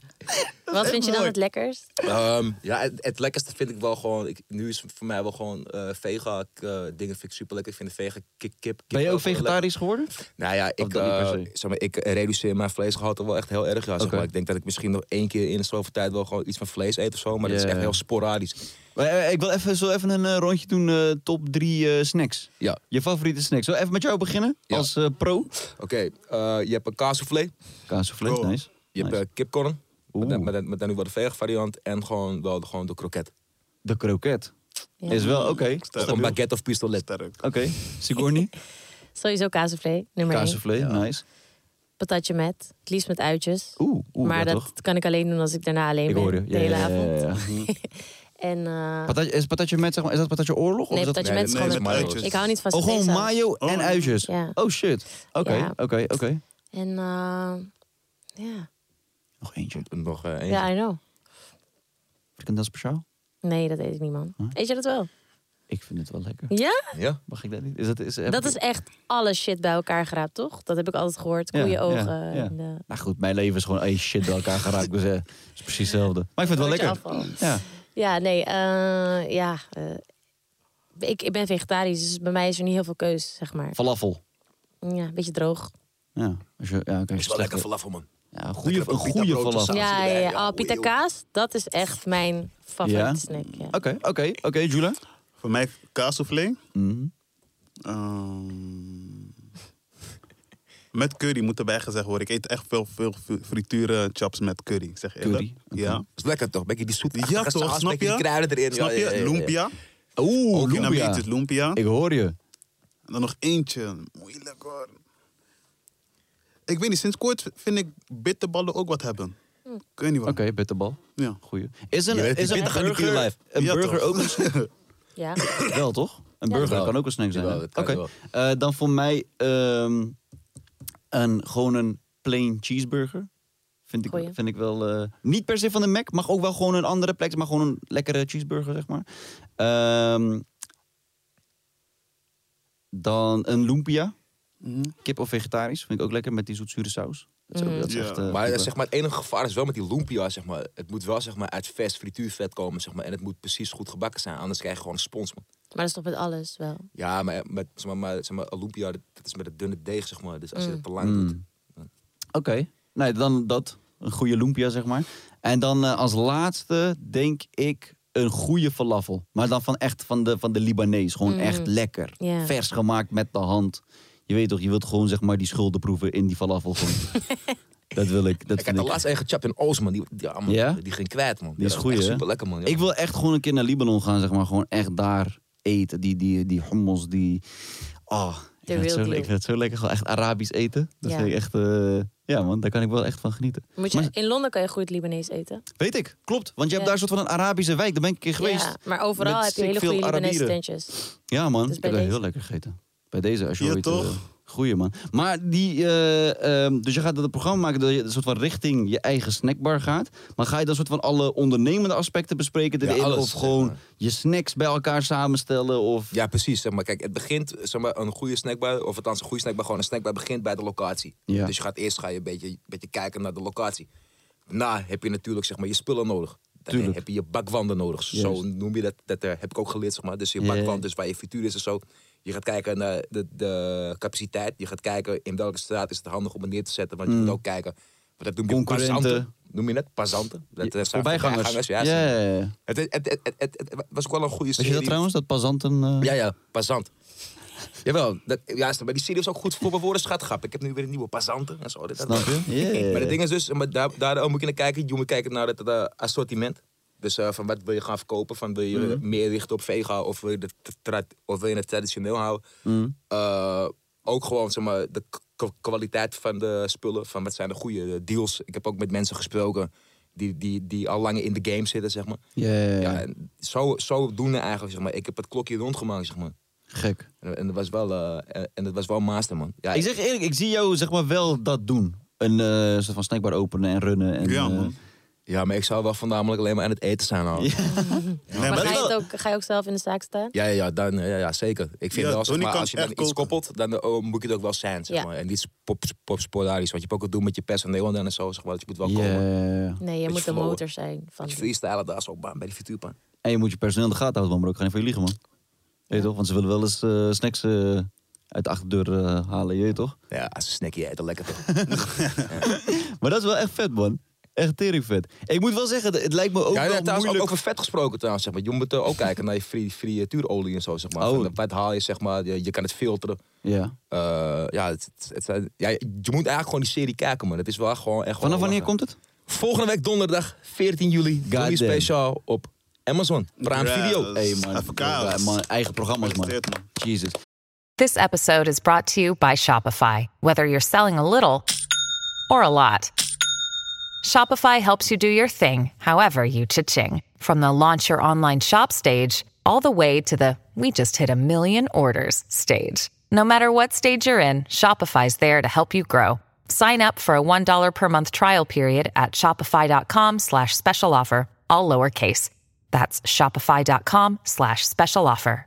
wat vind je dan
mooi.
het lekkerst?
Ehm, ja, het, het lekkerste vind ik wel gewoon. Ik, nu is voor mij wel gewoon eh, vega. Ik, eh, dingen vind ik super lekker. Ik vind de vega kip, kip.
Ben je
kip
ook
wel lekker.
vegetarisch geworden?
Nou ja, ik,
dat niet per
eh,
se?
zeg maar, ik reduceer mijn vleesgehalte wel echt heel erg. Ja, zeg
Oké.
maar. Ik denk dat ik misschien nog één keer in de zoveel tijd wel gewoon iets van vlees eet of zo. Maar dat
Ja,
is echt
ja.
heel sporadisch.
Maar, eh, Ik wil even, zo even een eh, rondje doen, eh, top drie eh, snacks.
Ja.
Je favoriete snacks. Zullen we even met jou beginnen?
Ja.
Als eh, pro.
Oké, eh, je hebt een kaassoufflé.
Kaas soufflé,
Oh.
nice.
Je hebt
Nice.
eh, kipcorn. Met,
Oeh.
met, met, met dan nu wat de vege variant. En gewoon, wel, de- gewoon de kroket.
De kroket.
Ja.
Is wel, oké.
Sterk.
Gewoon baguette of pistolet.
Sterk.
Oké, Sigourney.
Sowieso kaasvlees, nummer
Kaas
één.
soufflé, nice.
Patatje met, het liefst met uitjes.
Oeh, oeh,
maar
ja,
dat
toch?
kan ik alleen doen als ik daarna alleen
Ik
ben.
hoor je.
De
Ja,
hele
ja, ja,
avond.
ja, ja.
En eh
Patatje, is patatje met, zeg maar, is dat patatje oorlog?
nee,
of is dat...
patatje
nee,
met
nee,
is
met
gewoon met
uitjes.
Ik hou niet van
Oh, gewoon
satésaus.
mayo en uitjes.
Ja.
Oh shit. Oké,
Ja.
oké, oké.
En eh, ja,
Nog eentje.
Nog eh eentje.
ja, I know.
Vind ik dat speciaal?
Nee, dat eet ik niet, man. Eet je dat wel?
Ik vind het wel lekker.
Ja?
Ja?
Mag ik dat niet? Is dat, is, heb
Dat
ik-
is echt alle shit bij elkaar geraapt, toch? Dat heb ik altijd gehoord.
Ja,
Goede
ja,
ogen.
ja.
En, eh,
Nou goed, mijn leven is gewoon één shit bij elkaar geraakt. Dus eh, het is precies hetzelfde. Maar ik vind het wel
Broodje
lekker.
afval.
Ja.
ja, nee. eh, ja, eh, ik, ik ben vegetarisch, dus bij mij is er niet heel veel keus, zeg maar.
Falafel.
Ja, een beetje droog.
Ja, als je, ja, oké,
Is wel
slechte-
lekker falafel, man.
Ja, een goede, een
pita
goede
brood of
falafel.
zo.
Ja, ja,
erbij,
ja.
ja.
Ah, pita kaas, dat is echt mijn favoriete
Ja?
snack. Ja.
Oké, oké, oké, Jula.
Voor mij kaassoufflé.
Mhm.
Mm.
Ehm, met curry moet erbij gezegd worden. Ik eet echt veel, veel fri- frituren chaps met curry. Ik zeg eerlijk.
Curry, oké.
Ja.
Is lekker toch? Beetje die zoete
Ja, toch?
saus,
Snap
beetje
je?
die kruiden erin.
Snap
Ja,
je?
ja, ja, ja.
Lumpia. nou,
Oeh,
Ook
lumpia.
Vietnamese lumpia.
Ik hoor je.
En dan nog eentje. Moeilijk hoor. Ik weet niet, sinds kort vind ik bitterballen ook wat hebben.
Hm.
Ik weet niet wat.
Oké, bitterbal.
Ja.
Goeie. Is een,
Je weet,
is
die
een
pittige
burger,
natuurlijk live.
een
Ja,
burger
toch?
ook een snack?
Ja.
wel, toch? Een
Ja.
burger
Jawel.
kan ook een snack zijn.
Jawel,
hè?
dat
Oké.
kan
Eh, dan voor mij ehm, een, gewoon een plain cheeseburger. Vind ik,
Goeie.
vind ik wel. eh, niet per se van de Mac, mag ook wel gewoon een andere plek, zijn, maar gewoon een lekkere cheeseburger, zeg maar. Ehm, dan een lumpia.
Mhm.
Kip of vegetarisch. Vind ik ook lekker met die zoetzure saus. Dat is ook, dat is
Ja.
echt, eh,
Maar
goed,
eh,
eh.
zeg maar, het enige gevaar is wel met die lumpia, zeg maar. Het moet wel zeg maar, uit vers frituurvet komen, zeg maar. En het moet precies goed gebakken zijn, anders krijg je gewoon een spons, man.
Maar dat is toch met alles wel.
Ja, maar, eh, met, zeg maar, maar, zeg maar een lumpia, dat, dat is met een dunne deeg, zeg maar. Dus als je het te lang
Mm.
doet...
Oké. Nee, dan dat. Een goede lumpia, zeg maar. En dan eh, als laatste denk ik een goede falafel. Maar dan van echt van de, van de Libanees. Gewoon echt lekker.
Mm. Ja.
Vers gemaakt met de hand. Je weet toch, je wilt gewoon zeg maar die schulden proeven in die falafel. gewoon. dat wil ik. Dat
Ik had
vind
de
ik.
laatste een gechapt in Oos, man. Die, die, ja, man,
Ja?
die ging kwijt, man.
Die is goed, hè?
super lekker, man. Ja,
Ik wil echt gewoon een keer naar Libanon gaan, zeg maar. Gewoon echt daar eten. Die, die, die hummus, die... Oh, ik
The
vind, het zo,
real deal.
ik vind het zo lekker. Gewoon echt Arabisch eten. Dat
Ja.
vind ik echt... eh, ja, man, daar kan ik wel echt van genieten.
Moet je,
Maar-
in Londen kan je goed Libanees eten.
Weet ik, klopt. Want je hebt
Ja.
daar een soort van een Arabische wijk. Daar ben ik een keer geweest.
Ja, maar overal
Met
heb je
ziek
hele
veel
goede Libanese
Arabieren.
tentjes.
Ja, man.
Dus
ik
bij
heb daar
deze.
heel lekker gegeten. Bij deze, als je
Ja,
ooit...
toch?
eh, goeie, man. Maar die... eh, ehm, dus je gaat dat programma maken dat je een soort van richting je eigen snackbar gaat. Maar ga je dan soort van alle ondernemende aspecten bespreken
Ja,
erin?
alles,
of
zeg
gewoon
maar.
je snacks bij elkaar samenstellen? Of...
Ja, precies. Zeg maar, kijk, het begint, zeg maar, een goede snackbar, of althans een goede snackbar, gewoon een snackbar begint bij de locatie.
Ja.
Dus je gaat eerst ga je een, beetje, een beetje kijken naar de locatie. Daarna heb je natuurlijk zeg maar, je spullen nodig. Daarna
Tuurlijk.
heb je je bakwanden nodig. Zo noem je dat. Dat eh, heb ik ook geleerd, zeg maar. Dus je
Ja, ja,
bakwand,
ja.
dus waar je frituur is en zo. Je gaat kijken naar de, de capaciteit. Je gaat kijken in welke straat is het handig om het neer te zetten. Want je moet ook kijken. Want dat noem je
Mm. Concurrenten.
passanten. Noem je net passanten? Dat eh, zijn
Voorbijgangers.
Ja,
ja,
zijn-
ja, ja.
Het, het, het, het, het- het was ook wel een goede
Weet
serie.
je dat trouwens? Dat passanten... eh,
Ja, ja, Pazant. Jawel, dat, ja, maar die serie is ook goed voor mijn woordenschatgrap. Ik heb nu weer een nieuwe Pazanten en zo. Dit, dat.
Snap je? Ja, ja, ja.
Maar het ding is dus, maar daar, daar moet je naar kijken. Je moet kijken naar het eh, assortiment. Dus eh, van wat wil je gaan verkopen? Van wil je
Mhm.
meer richten op vega of wil je, de tra- of wil je het traditioneel houden?
Mhm.
Eh, ook gewoon zeg maar, de k- k- kwaliteit van de spullen. Van wat zijn de goede eh, deals? Ik heb ook met mensen gesproken die, die, die al lang in de game zitten, zeg maar.
Ja, ja, ja.
Ja, en zo, zo doen we eigenlijk, zeg maar. Ik heb het klokje rondgemaakt, zeg maar.
Gek.
En, en dat was wel, eh, en, en dat was wel master, man. Ja,
Ik zeg eerlijk, ik zie jou zeg maar wel dat doen. Een eh, soort van snackbar openen en runnen. En,
Ja,
eh,
man.
ja, maar ik zou wel voornamelijk alleen maar aan het eten zijn. hoor. Ja,
Nee,
Maar
maar
ga je,
dat-
het ook, ga je ook zelf in de zaak staan?
ja, ja, dan, eh, ja, ja zeker. Ik vind
Ja,
wel, zeg
Donnie
maar,
kan
als je dan
echt
iets
koken.
koppelt, dan eh, moet je het ook wel zijn, zeg
Ja.
maar. En niet pop, pop sporadisch, want je hebt ook het doen met je personeel en zo, zeg maar. Dus je moet wel
ja,
komen.
ja, ja.
Nee, je
Beetje
moet de
flowen.
motor zijn. Van
Als je freestylen daar zo, bam, bij die frituurpan.
En je moet je personeel in de gaten houden, man, maar ook geen van je liegen, man. Weet je toch? Want ze willen wel eens eh, snacks eh, uit de achterdeur eh, halen, je weet toch?
Ja, als een snackje eten, lekker toch.
Maar dat is wel echt vet, man. Echt teringvet. Ik moet wel zeggen, het lijkt me ook
ja, ja,
wel
trouwens, ook
moeilijk.
over vet gesproken trouwens, zeg maar. Je moet eh, ook kijken naar je frituurolie free, tuurolie en zo, zeg maar.
Oh.
Van, eh, wat haal je, zeg maar, je, je kan het filteren.
Ja.
Eh, ja, het, het- het zijn- ja, je moet eigenlijk gewoon die serie kijken, man. Het is wel gewoon echt gewoon
Vanaf wanneer
lachen.
komt het?
Volgende week donderdag, 14 juli, Dolly
damn.
Speciaal op Amazon. Prime
Ja,
Video.
dat is-
Hey, man.
Even kaas.
Ja, man, eigen programma's, man.
Gefeliciteerd, man.
Jesus.
This episode is brought to you by Shopify. Whether you're selling a little or a lot, Shopify helps you do your thing, however you cha-ching. From the launch your online shop stage, all the way to the we just hit a million orders stage. No matter what stage you're in, Shopify's there to help you grow. Sign up for a $1 per month trial period at shopify.com slash special offer, all lowercase. That's shopify.com slash special offer.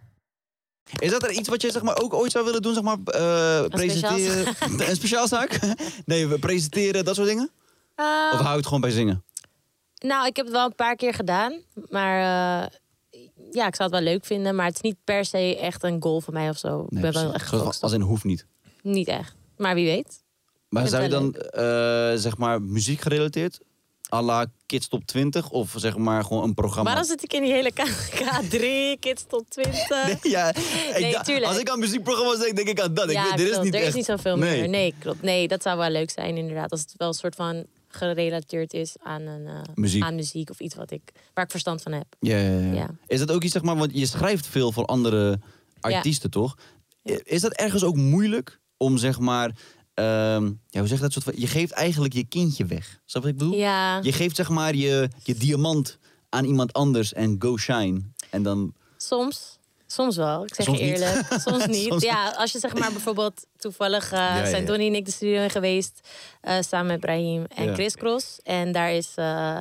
Is dat er iets wat je zeg maar, ook ooit zou willen doen? Zeg maar, eh, presenteren? een speciaalzaak? nee, we presenteren, dat soort dingen?
Eh,
Of hou je het gewoon bij zingen?
Nou, ik heb het wel een paar keer gedaan. Maar eh, ja, ik zou het wel leuk vinden. Maar het is niet per se echt een goal voor mij of zo. ik ben wel echt
Zoals-
gefocust op-
Als in hoeft niet.
Niet echt. Maar wie weet.
Maar
vind
zou je
het
dan, eh, zeg maar, muziek gerelateerd? à la Kids Top 20? Of zeg maar gewoon een programma?
Waarom zit ik in die hele K- K3, kids tot 20?
Ja, ik
Nee,
dacht-
tuurlijk.
als ik aan muziekprogramma's denk, denk ik aan dat. Ik
Ja,
weet, dit is
klopt.
niet
er
echt...
is niet zoveel meer. Nee, klopt. Nee, dat zou wel leuk zijn inderdaad. Als het wel een soort van gerelateerd is aan, een, eh,
Muziek.
aan muziek of iets wat ik, waar ik verstand van heb.
Ja, ja, ja.
Ja.
Is dat ook iets, zeg maar, want je schrijft veel voor andere artiesten, toch? Is dat ergens ook moeilijk om, zeg maar, ehm, ja, hoe zeg je dat soort van, je geeft eigenlijk je kindje weg. Snap je wat ik bedoel?
Ja.
Je geeft, zeg maar, je, je diamant aan iemand anders en go shine. En dan,
Soms. Soms wel, ik zeg
Soms
je
niet.
eerlijk. Soms niet.
Soms
ja, als je zeg maar bijvoorbeeld toevallig eh,
ja,
zijn
ja.
Donnie en ik de studio in geweest. eh, samen met Brahim en
Ja.
Chris Cross. En daar is eh,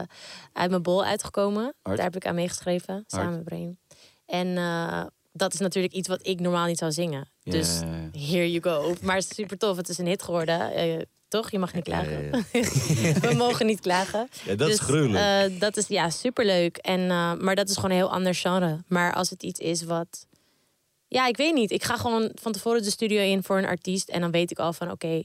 uit mijn bol uitgekomen.
Hard.
Daar heb ik aan meegeschreven, samen
Hard.
met Brahim. En eh, dat is natuurlijk iets wat ik normaal niet zou zingen. Dus
ja, ja.
here you go. Maar het is super tof, het is een hit geworden. eh, toch? Je mag niet klagen. We mogen niet klagen.
Ja, dat is
Dus,
gruwelijk.
eh, dat is ja, superleuk. En, eh, maar dat is gewoon een heel ander genre. Maar als het iets is wat. Ja, ik weet niet. Ik ga gewoon van tevoren de studio in voor een artiest. En dan weet ik al van oké.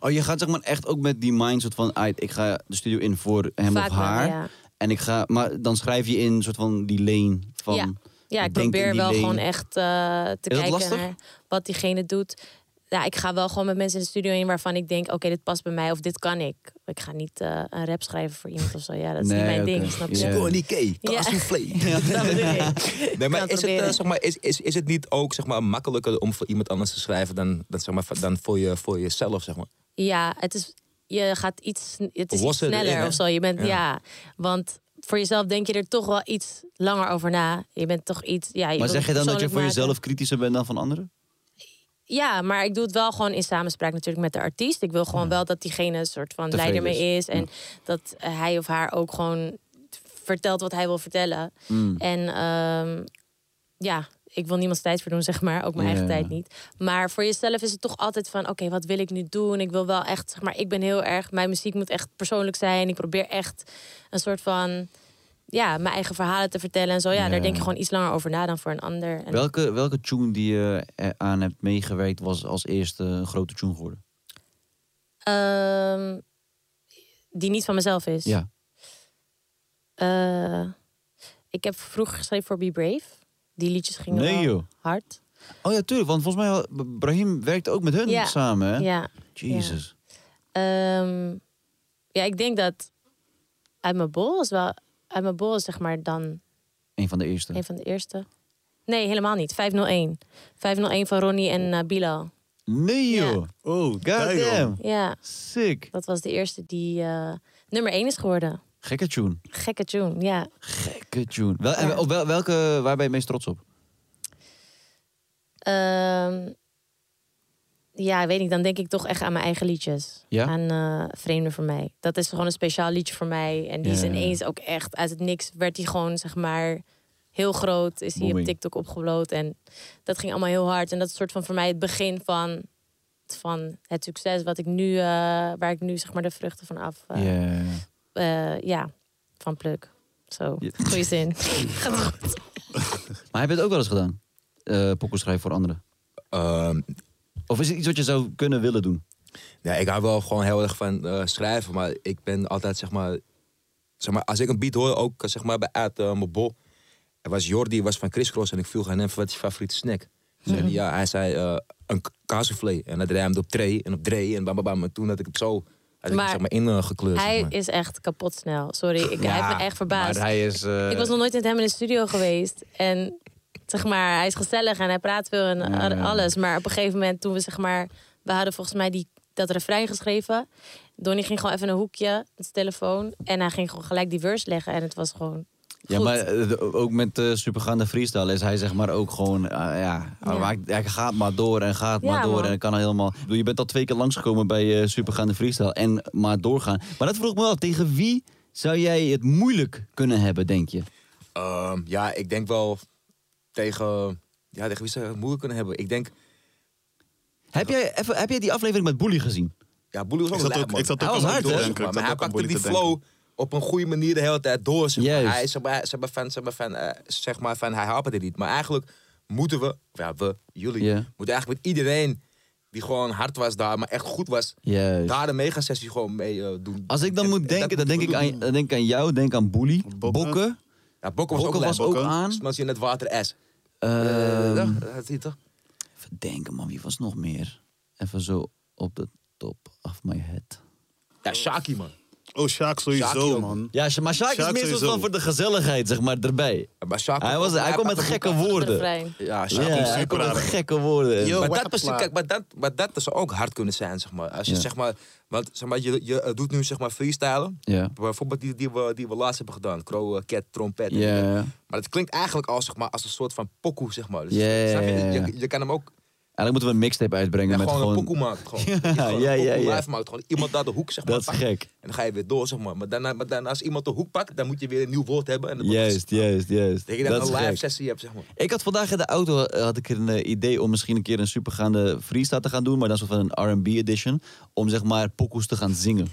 Oh, je gaat zeg maar echt ook met die mindset van... ah, ik ga de studio in voor hem
Vaak
of
wel,
haar.
ja.
En ik ga... Maar dan schrijf je in soort van die lane van...
ja. ja, ik
denk in
probeer
die
wel
lane.
gewoon echt eh, te
Is dat
kijken
lastig?
naar wat diegene doet. Ja, ik ga wel gewoon met mensen in de studio in waarvan ik denk: oké, dit past bij mij of dit kan ik. Ik ga niet eh, een rap schrijven voor iemand of zo. Ja, dat is
Nee,
niet mijn ding.
oké.
Snap je?
Ja.
Connie K, Cassoufflé.
Dat bedoel ik.
Nee, maar
Kan
is het, eh,
proberen.
zeg maar, is, is, is het niet ook zeg maar, makkelijker om voor iemand anders te schrijven dan, dan, zeg maar, dan voor, je, voor jezelf? Zeg maar?
Ja, het is, je gaat iets, het is iets
Wassen erin,
sneller
hè?
of zo. Je bent,
Ja.
ja. Want voor jezelf denk je er toch wel iets langer over na. Je bent toch iets... Ja,
Maar
wilt
zeg je dan dat je
persoonlijk
voor
maken.
jezelf kritischer bent dan van anderen?
Ja, maar ik doe het wel gewoon in samenspraak natuurlijk met de artiest. Ik wil gewoon wel dat diegene een soort van
Tevreden
leider mee is. En dat eh, hij of haar ook gewoon vertelt wat hij wil vertellen. En ehm, ja, ik wil niemands tijd verdoen, zeg maar. Ook mijn
Ja,
eigen
ja,
tijd
ja.
niet. Maar voor jezelf is het toch altijd van... oké, wat wil ik nu doen? Ik wil wel echt, zeg maar... ik ben heel erg... mijn muziek moet echt persoonlijk zijn. Ik probeer echt een soort van... ja, mijn eigen verhalen te vertellen en zo. Ja, daar denk je gewoon iets langer over na dan voor een ander. En
Welke, welke tune die je er aan hebt meegewerkt was als eerste een grote tune geworden?
Ehm, die niet van mezelf is.
Ja.
Eh, ik heb vroeger geschreven voor Be Brave. Die liedjes gingen
Nee,
wel
joh.
hard.
Oh ja, tuurlijk. Want volgens mij, had- Brahim werkte ook met hun
Ja.
Hm, samen, hè?
Ja.
Jezus.
Ehm, ja, ik denk dat uit mijn bol is wel... Uit mijn bol is zeg maar dan
Een van de eerste.
een van de eerste. Nee, helemaal niet. 501. 501 van Ronnie en eh, Bilal.
Nee,
Ja.
joh.
Oh,
Goddamn.
Ja,
Sick.
dat was de eerste die eh, nummer 1 is geworden.
Gekke tune.
Gekke tune, ja.
Gekke tune. Wel, en op wel- welke, waar ben je het meest trots op?
Ehm, ja, weet ik. Dan denk ik toch echt aan mijn eigen liedjes.
Ja?
Aan eh Vreemden voor mij. Dat is gewoon een speciaal liedje voor mij. En die is
Ja, ja, ja.
ineens ook echt uit het niks. Werd die gewoon, zeg maar, heel groot. Is die op
Booming.
TikTok opgebloot. En dat ging allemaal heel hard. En dat is soort van voor mij het begin van, van het succes. Wat ik nu, eh, waar ik nu, zeg maar, de vruchten van af. eh,
Ja.
eh, ja, van pluk. Zo,
Ja.
goede zin. Gaat goed.
Maar heb je het ook wel eens gedaan? Eh pokoe schrijven voor anderen?
Ehm,
Of is het iets wat je zou kunnen willen doen?
ja, ik hou wel gewoon heel erg van eh, schrijven, maar ik ben altijd zeg maar Zeg maar, als ik een beat hoor, ook zeg maar, bij uit eh, mijn bol. Er was Jordi, was van Chris Cross en ik vroeg aan hem, wat is je favoriete snack? Zei
Mhm.
hij, ja, hij zei eh, een k- kaassoufflé. En dat rijmde op tree en op dree en bam, bam, bam. En toen had ik het zo had ik
Maar
het, zeg maar, ingekleurd.
Hij
zeg maar.
is echt kapot snel. Sorry, ik, hij heeft me echt verbaasd.
Maar hij is... eh,
Ik was nog nooit met hem in de studio geweest. En zeg maar, hij is gezellig en hij praat veel en a- alles. Maar op een gegeven moment toen we zeg maar... We hadden volgens mij die, dat refrein geschreven. Donnie ging gewoon even een hoekje met zijn telefoon. En hij ging gewoon gelijk die verse leggen. En het was gewoon
Ja,
goed.
maar eh, de- ook met eh, supergaande freestyle is hij zeg maar ook gewoon, eh, ja, hij
Ja.
maakt- hij gaat maar door en gaat maar
Ja,
door
man.
en kan helemaal. Ik bedoel, je bent al twee keer langsgekomen bij eh, supergaande freestyle en maar doorgaan. Maar dat vroeg ik me af, tegen wie zou jij het moeilijk kunnen hebben, denk je?
Ehm, ja, ik denk wel tegen, ja, tegen wie ze het moeilijk kunnen hebben. Ik denk,
Heb jij, even, heb jij die aflevering met Boelie gezien?
ja, Boelie was
Ik
ook
zat
lijp,
ook-
man.
ik zat
Hij
ook
was
aan
hard,
te
hè?
denken,
ik zat
Maar hij
ook aan
pakte die
Boelie te
flow op een goede manier de hele tijd door. Zeg maar.
Juist.
Hij is zeg maar, zeg maar van, zeg maar van, eh, zeg maar van, hij hapert het niet. Maar eigenlijk moeten we, of ja, we, jullie,
Ja.
moeten eigenlijk met iedereen die gewoon hard was daar, maar echt goed was,
Juist.
daar de megasessie gewoon mee eh, doen.
Als ik dan
En- en
moet denken, dan
moeten
denk
we
ik,
doen.
aan, dan denk ik aan jou, denk aan Boelie, Bokke.
Bokke.
Ja, Bokken was
Bokke
ook
was
lijp.
ook
Bokken,
aan.
Smelt je in het water, S.
Ehm,
ja, dat is toch?
Even denken, man, wie was nog meer? Even zo op de top of my head.
Ja, Shaki, man.
Oh, Sjaak
Sjaak
sowieso,
ook.
man.
Ja, Sha- maar Sjaak
Sjaak
is meestal
sowieso.
wel voor de gezelligheid, zeg maar, erbij.
Maar Sjaak
Hij,
ook-
was, hij komt met
pakte goed
gekke
af.
woorden.
refrein.
Ja, Sjaak
Ja,
is
hij
super
komt met
aardig.
gekke woorden.
Yo.
Maar
Wat
dat,
een
was,
plaat.
kijk, maar, dat, maar dat zou ook hard kunnen zijn, zeg maar. Als je
Ja.
zeg maar, want zeg maar, je, je eh, doet nu zeg maar freestylen.
Ja.
Bijvoorbeeld die, die, we, die we laatst hebben gedaan. Crow, eh, cat, trompet. en
Ja,
dingen.
ja.
Maar het klinkt eigenlijk al zeg maar, als een soort van pokoe, zeg maar. Dus,
Ja, ja,
snap je?
ja, ja.
Je, je kan hem ook
Eigenlijk moeten we een mixtape uitbrengen
ja,
met
gewoon,
gewoon...
een pokoe maken. Gewoon.
Ja,
Dat je gewoon een
ja, ja,
pokoe
ja.
live maakt. Gewoon iemand daar de hoek, zeg maar.
Dat is
pakt.
gek.
En dan ga je weer door, zeg maar. Maar, daarna, maar daarna, als iemand de hoek pakt, dan moet je weer een nieuw woord hebben. En dat wordt-
Juist, juist, juist.
Dat je dan
Dat is
een live
gek.
sessie hebt, zeg maar.
Ik had vandaag in de auto eh, had ik een eh, idee om misschien een keer een supergaande freestyle te gaan doen, maar dan zo van een R&B edition, om zeg maar pokoes te gaan zingen.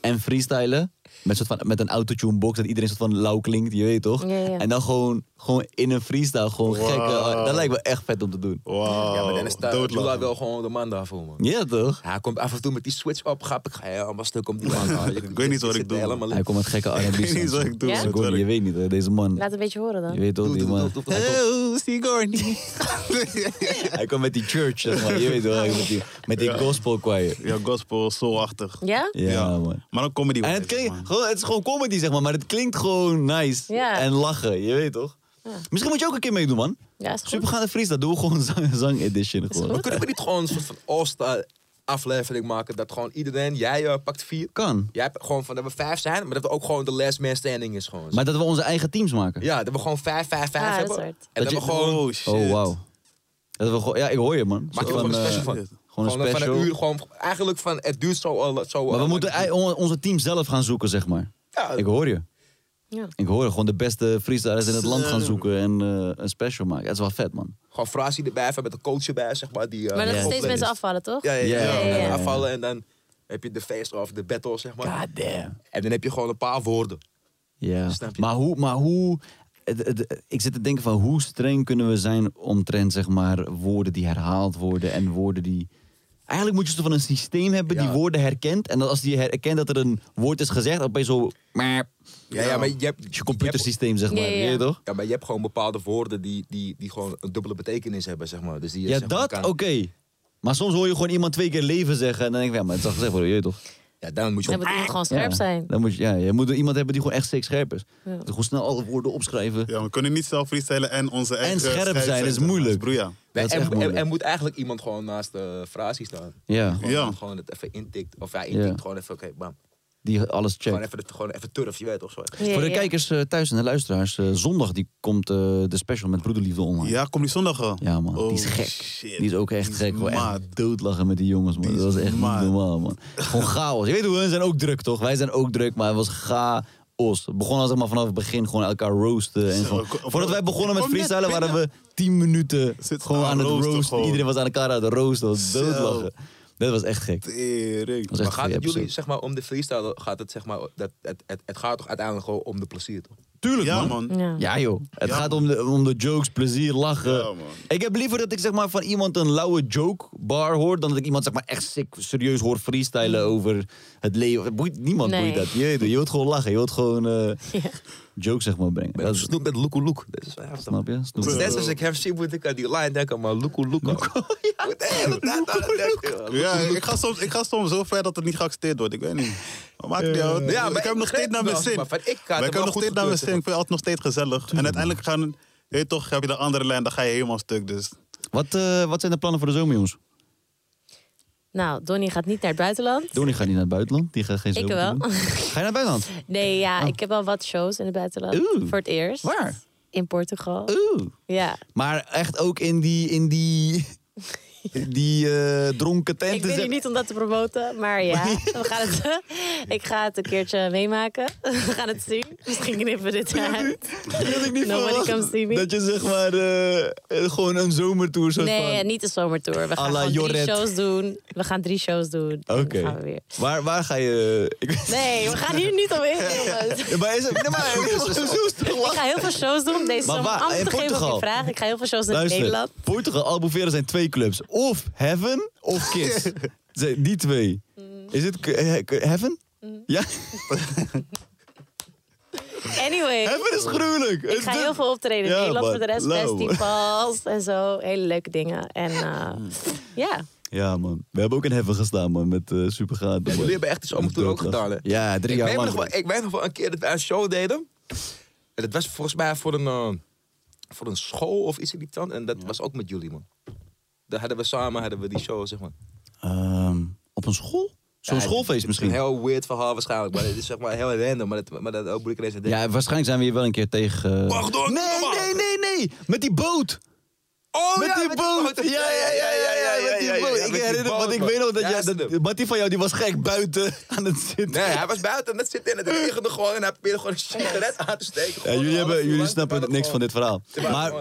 En freestylen met, soort van, met een autotune box dat iedereen soort van lauw klinkt, je weet toch?
Ja, ja.
En dan gewoon, gewoon in een freestyle gewoon gekke. Dat lijkt me echt vet om te doen.
Wauw.
Oh,
Ja, maar dan is dat- Lula
doodlachen.
wel gewoon de man daarvoor, man.
Ja toch?
Hij komt af en toe met die switch op, grap. Ik ga helemaal stuk om die man. Ah, je-
Oh Ik weet niet wat
zit
ik doe.
helemaal in.
Hij komt met gekke R&B.
Ik weet niet wat
songs.
ik doe.
Ja?
met
Sigourney, je weet
werk.
niet, hè, deze man.
Laat een beetje horen dan.
Je weet toch,
Doe,
die
doe,
man.
doe, doe,
Oh,
doe.
Sigourney. Hij kwam met die church, zeg maar. Je weet wel, met die, met die gospel choir.
Ja, gospel, soulachtig.
Ja?
Ja, man.
Maar dan comedy.
En het, klinkt, gewoon, het is gewoon comedy, zeg maar, maar het klinkt gewoon nice.
Ja.
En lachen, je weet toch? Misschien moet je ook een keer meedoen, man.
Ja, is goed.
Supergaande Fries, dat doen we gewoon zang, zang edition. Gewoon.
Maar kunnen we niet gewoon een soort van all-star aflevering maken? Dat gewoon iedereen, jij eh, pakt vier.
Kan.
Jij hebt gewoon van dat we vijf zijn, maar dat we ook gewoon de last man standing is gewoon.
Maar dat we onze eigen teams maken.
ja, dat we gewoon vijf, vijf, vijf
Ja, dat
hebben.
is
en
hard.
dat,
je-
we gewoon...
Oh, shit.
Oh, wauw. Dat we gewoon, ja, ik hoor je, man. Soort
Maak er gewoon een
eh,
special van.
Gewoon een
van
special.
een uur, gewoon eigenlijk van het duurt zo al. Zo, eh,
Maar we moeten ei- on- onze team zelf gaan zoeken, zeg maar.
Ja.
Ik hoor je.
Ja.
Ik hoor je. Gewoon de beste freestylers in het land gaan zoeken en eh, een special maken. Dat is wel vet, man.
Gewoon Frasie erbij hebben met een coach erbij, zeg maar. Die, eh,
Maar dat er steeds
opleiding.
mensen afvallen, toch?
Ja, ja, ja.
Ja,
En
ja, ja.
afvallen en dan heb je de face-off, de battle, zeg maar.
God damn.
En dan heb je gewoon een paar woorden.
Ja,
Snap je?
maar hoe... Maar hoe het, het- ik zit te denken van hoe streng kunnen we zijn omtrent zeg maar, woorden die herhaald worden en woorden die... Eigenlijk moet je zo van een systeem hebben die
Ja.
woorden herkent. En dat als die herkent dat er een woord is gezegd, opeens zo...
Ja, ja, maar je hebt...
Is je computersysteem, zeg maar.
Ja, ja, ja.
Weet je toch?
Ja, maar je hebt gewoon bepaalde woorden die, die, die gewoon een dubbele betekenis hebben, zeg maar. Dus die je,
Ja,
zeg maar,
dat?
kan-
Oké. Maar soms hoor je gewoon iemand twee keer leven zeggen. En dan denk ik, van, ja, maar het is al gezegd worden, je weet toch?
Ja, dan moet je
Dan
gewoon...
moet iemand gewoon
Ja.
scherp zijn.
Dan moet je, ja, je moet iemand hebben die gewoon echt steeds scherp is. Dat Gewoon snel alle woorden opschrijven.
Ja, we kunnen niet zelf freestylen en onze eigen...
scherp
scheids
zijn is
zeg maar.
moeilijk.
Broeia.
Dat is
en,
echt
en-
moeilijk.
en moet eigenlijk iemand gewoon naast de frasie staan.
Ja.
Gewoon,
Ja.
gewoon het even intikt. Of ja, intikt.
Ja.
Gewoon even, oké, bam.
Die alles
Gewoon
checkt.
even, het- gewoon even turf, je weet toch zo.
Ja,
Voor de
ja.
kijkers eh, thuis en de luisteraars, eh, zondag die komt eh, de special met Broederliefde online.
Ja, kom die zondag al.
Ja, man,
Oh,
die is gek.
shit.
Die is ook echt
Die is
gek. Gewoon
mad.
echt doodlachen met die jongens, man.
Die is
dat was echt
mad.
niet normaal, man. Gewoon chaos. Je weet hoe, hun zijn ook druk, toch? Wij zijn ook druk, maar het was chaos. Het begon al zeg maar, vanaf het begin gewoon elkaar roosten. En
Zo,
gewoon-
ik kom-
Voordat wij begonnen met
ik kom net
freestylen waren we tien minuten
Zit
gewoon
aan
aan het
roosten
roosten.
gewoon.
Iedereen was aan elkaar aan het roosten. Dat was doodlachen. Dat was echt gek.
Tering.
Dat was
Maar
echt
gaat het
een
jullie,
jullie...
zeg maar, om de freestyle, gaat het, zeg maar, dat, het, het, het gaat toch uiteindelijk gewoon om de plezier, toch?
Tuurlijk,
Ja,
man.
man.
Ja.
Ja, joh. Het
Ja,
gaat om de, om de jokes, plezier, lachen.
Ja, man.
ik heb liever dat ik zeg maar, van iemand een lauwe joke bar hoor... dan dat ik iemand zeg maar, echt sick, serieus hoor freestylen over het leven. Het Boeit, niemand
Mm. Nee.
boeit dat. Jeetje, je wilt gewoon lachen. Je wilt gewoon eh jokes zeg maar, brengen.
Met
Dat is,
Snoep met Loekoe Loek. Dat is wel heftig.
snap je? Snoep.
Het is net zoals ik heb zien moet ik aan die line denken, maar Loekoe Loek. Ja, wat hey, wat daar nou aan denken, man.
Ja, ik ga, soms, ik ga soms zo ver dat het niet geaccepteerd wordt. Ik weet niet. Maar maakt niet uit.
Ja, maar
ik
ik
heb nog steeds
begrijp
naar mijn
wel,
zin.
maar van ik kan het
Maar
wel
ik heb nog
goed
steeds naar mijn
gekeurd,
zin. Ik vind het altijd nog steeds gezellig. en uiteindelijk gaan... Hey, toch heb je de andere lijn, dan ga je helemaal stuk. Dus
Wat, eh, wat zijn de plannen voor de zomer, jongens?
Nou, Donnie gaat niet naar het buitenland.
Donnie gaat niet naar het buitenland. Die gaat geen zomer
wel.
doen. Ga je naar het buitenland?
Nee, ja, ik heb al wat shows in het buitenland.
Oh. Oeh.
Voor het eerst.
Waar?
In Portugal.
Oeh.
Ja.
Maar echt ook in die... In die... in Die eh, dronken tenten.
Ik ben
zeg-
hier niet om dat te promoten, maar ja, we gaan het, ik ga het een keertje meemaken. We gaan het zien. Misschien knippen we dit uit.
Dat had ik niet
Nobody
verwacht.
comes see me.
Dat je zeg maar eh, eh, gewoon een zomertour soort
Nee,
van...
eh, niet de zomertour. We
à
gaan
la
gewoon drie
Jorrit.
shows doen. We gaan drie shows doen. En
Oké.
Dan gaan we weer.
Waar, waar ga je... Ik weet-
Nee, we gaan hier niet om in, jongens.
Maar is het... Nee, maar zo is het toch
Ik ga
lachen?
heel veel shows doen om deze
Maar
zomer.
waar?
Antwoord
In
te geven op
Portugal?
je vraag. Ik ga heel veel shows doen in
Luister,
Nederland.
Portugal, Albufeira zijn twee clubs. Of Heaven of Kiss. Het zijn Die twee.
Mm.
Is het k- eh, k- Heaven? Ja,
Anyway.
Heaven is gruwelijk.
Ik ga heel veel optreden in
Ja,
Nederland
man.
voor de rest.
Lauw.
Festivals en zo. Hele leuke dingen. En eh,
Hmm.
ja,
Ja man, we hebben ook in Heaven gestaan man, met eh Supergaat.
Ja, jullie hebben echt de zomertour ook gedaan, hè?
Ja, drie
ik
jaar
weet me
lang.
nog wel, ik weet nog wel een keer dat wij een show deden. En dat was volgens mij voor een, eh, voor een school of iets in die kant. En dat was ook met jullie, man. Daar hadden we samen hadden we die show, zeg
Mm.
maar.
Ehm, op een school? Zo'n
Ja,
schoolfeest
Het is een
misschien?
heel weird verhaal waarschijnlijk. Maar het is zeg maar heel random. Maar dat, maar dat ook moet ik ineens aan denken.
Ja, waarschijnlijk zijn we hier wel een keer tegen... eh,
Wacht, hoor,
Nee,
kom maar.
nee, nee, nee! Met die boot!
Oh,
met
ja,
die boot! Ja, ja, ja, ja, ja, ja, met die boot.
ja,
Ik
met die
herinner me, want
boot,
ik
man.
weet nog dat
Ja,
jij...
is het
dat-
hem.
Mattie van jou, die was gek buiten aan het zitten.
Nee, hij was buiten en dat zit in het regende gewoon. En hij probeerde gewoon een sigaret aan te steken.
Oh, Ja,
Gewoon
jullie,
een
hebben,
half uur
jullie
lang.
snappen
Maar
niks van dit verhaal.
gewoon-
Maar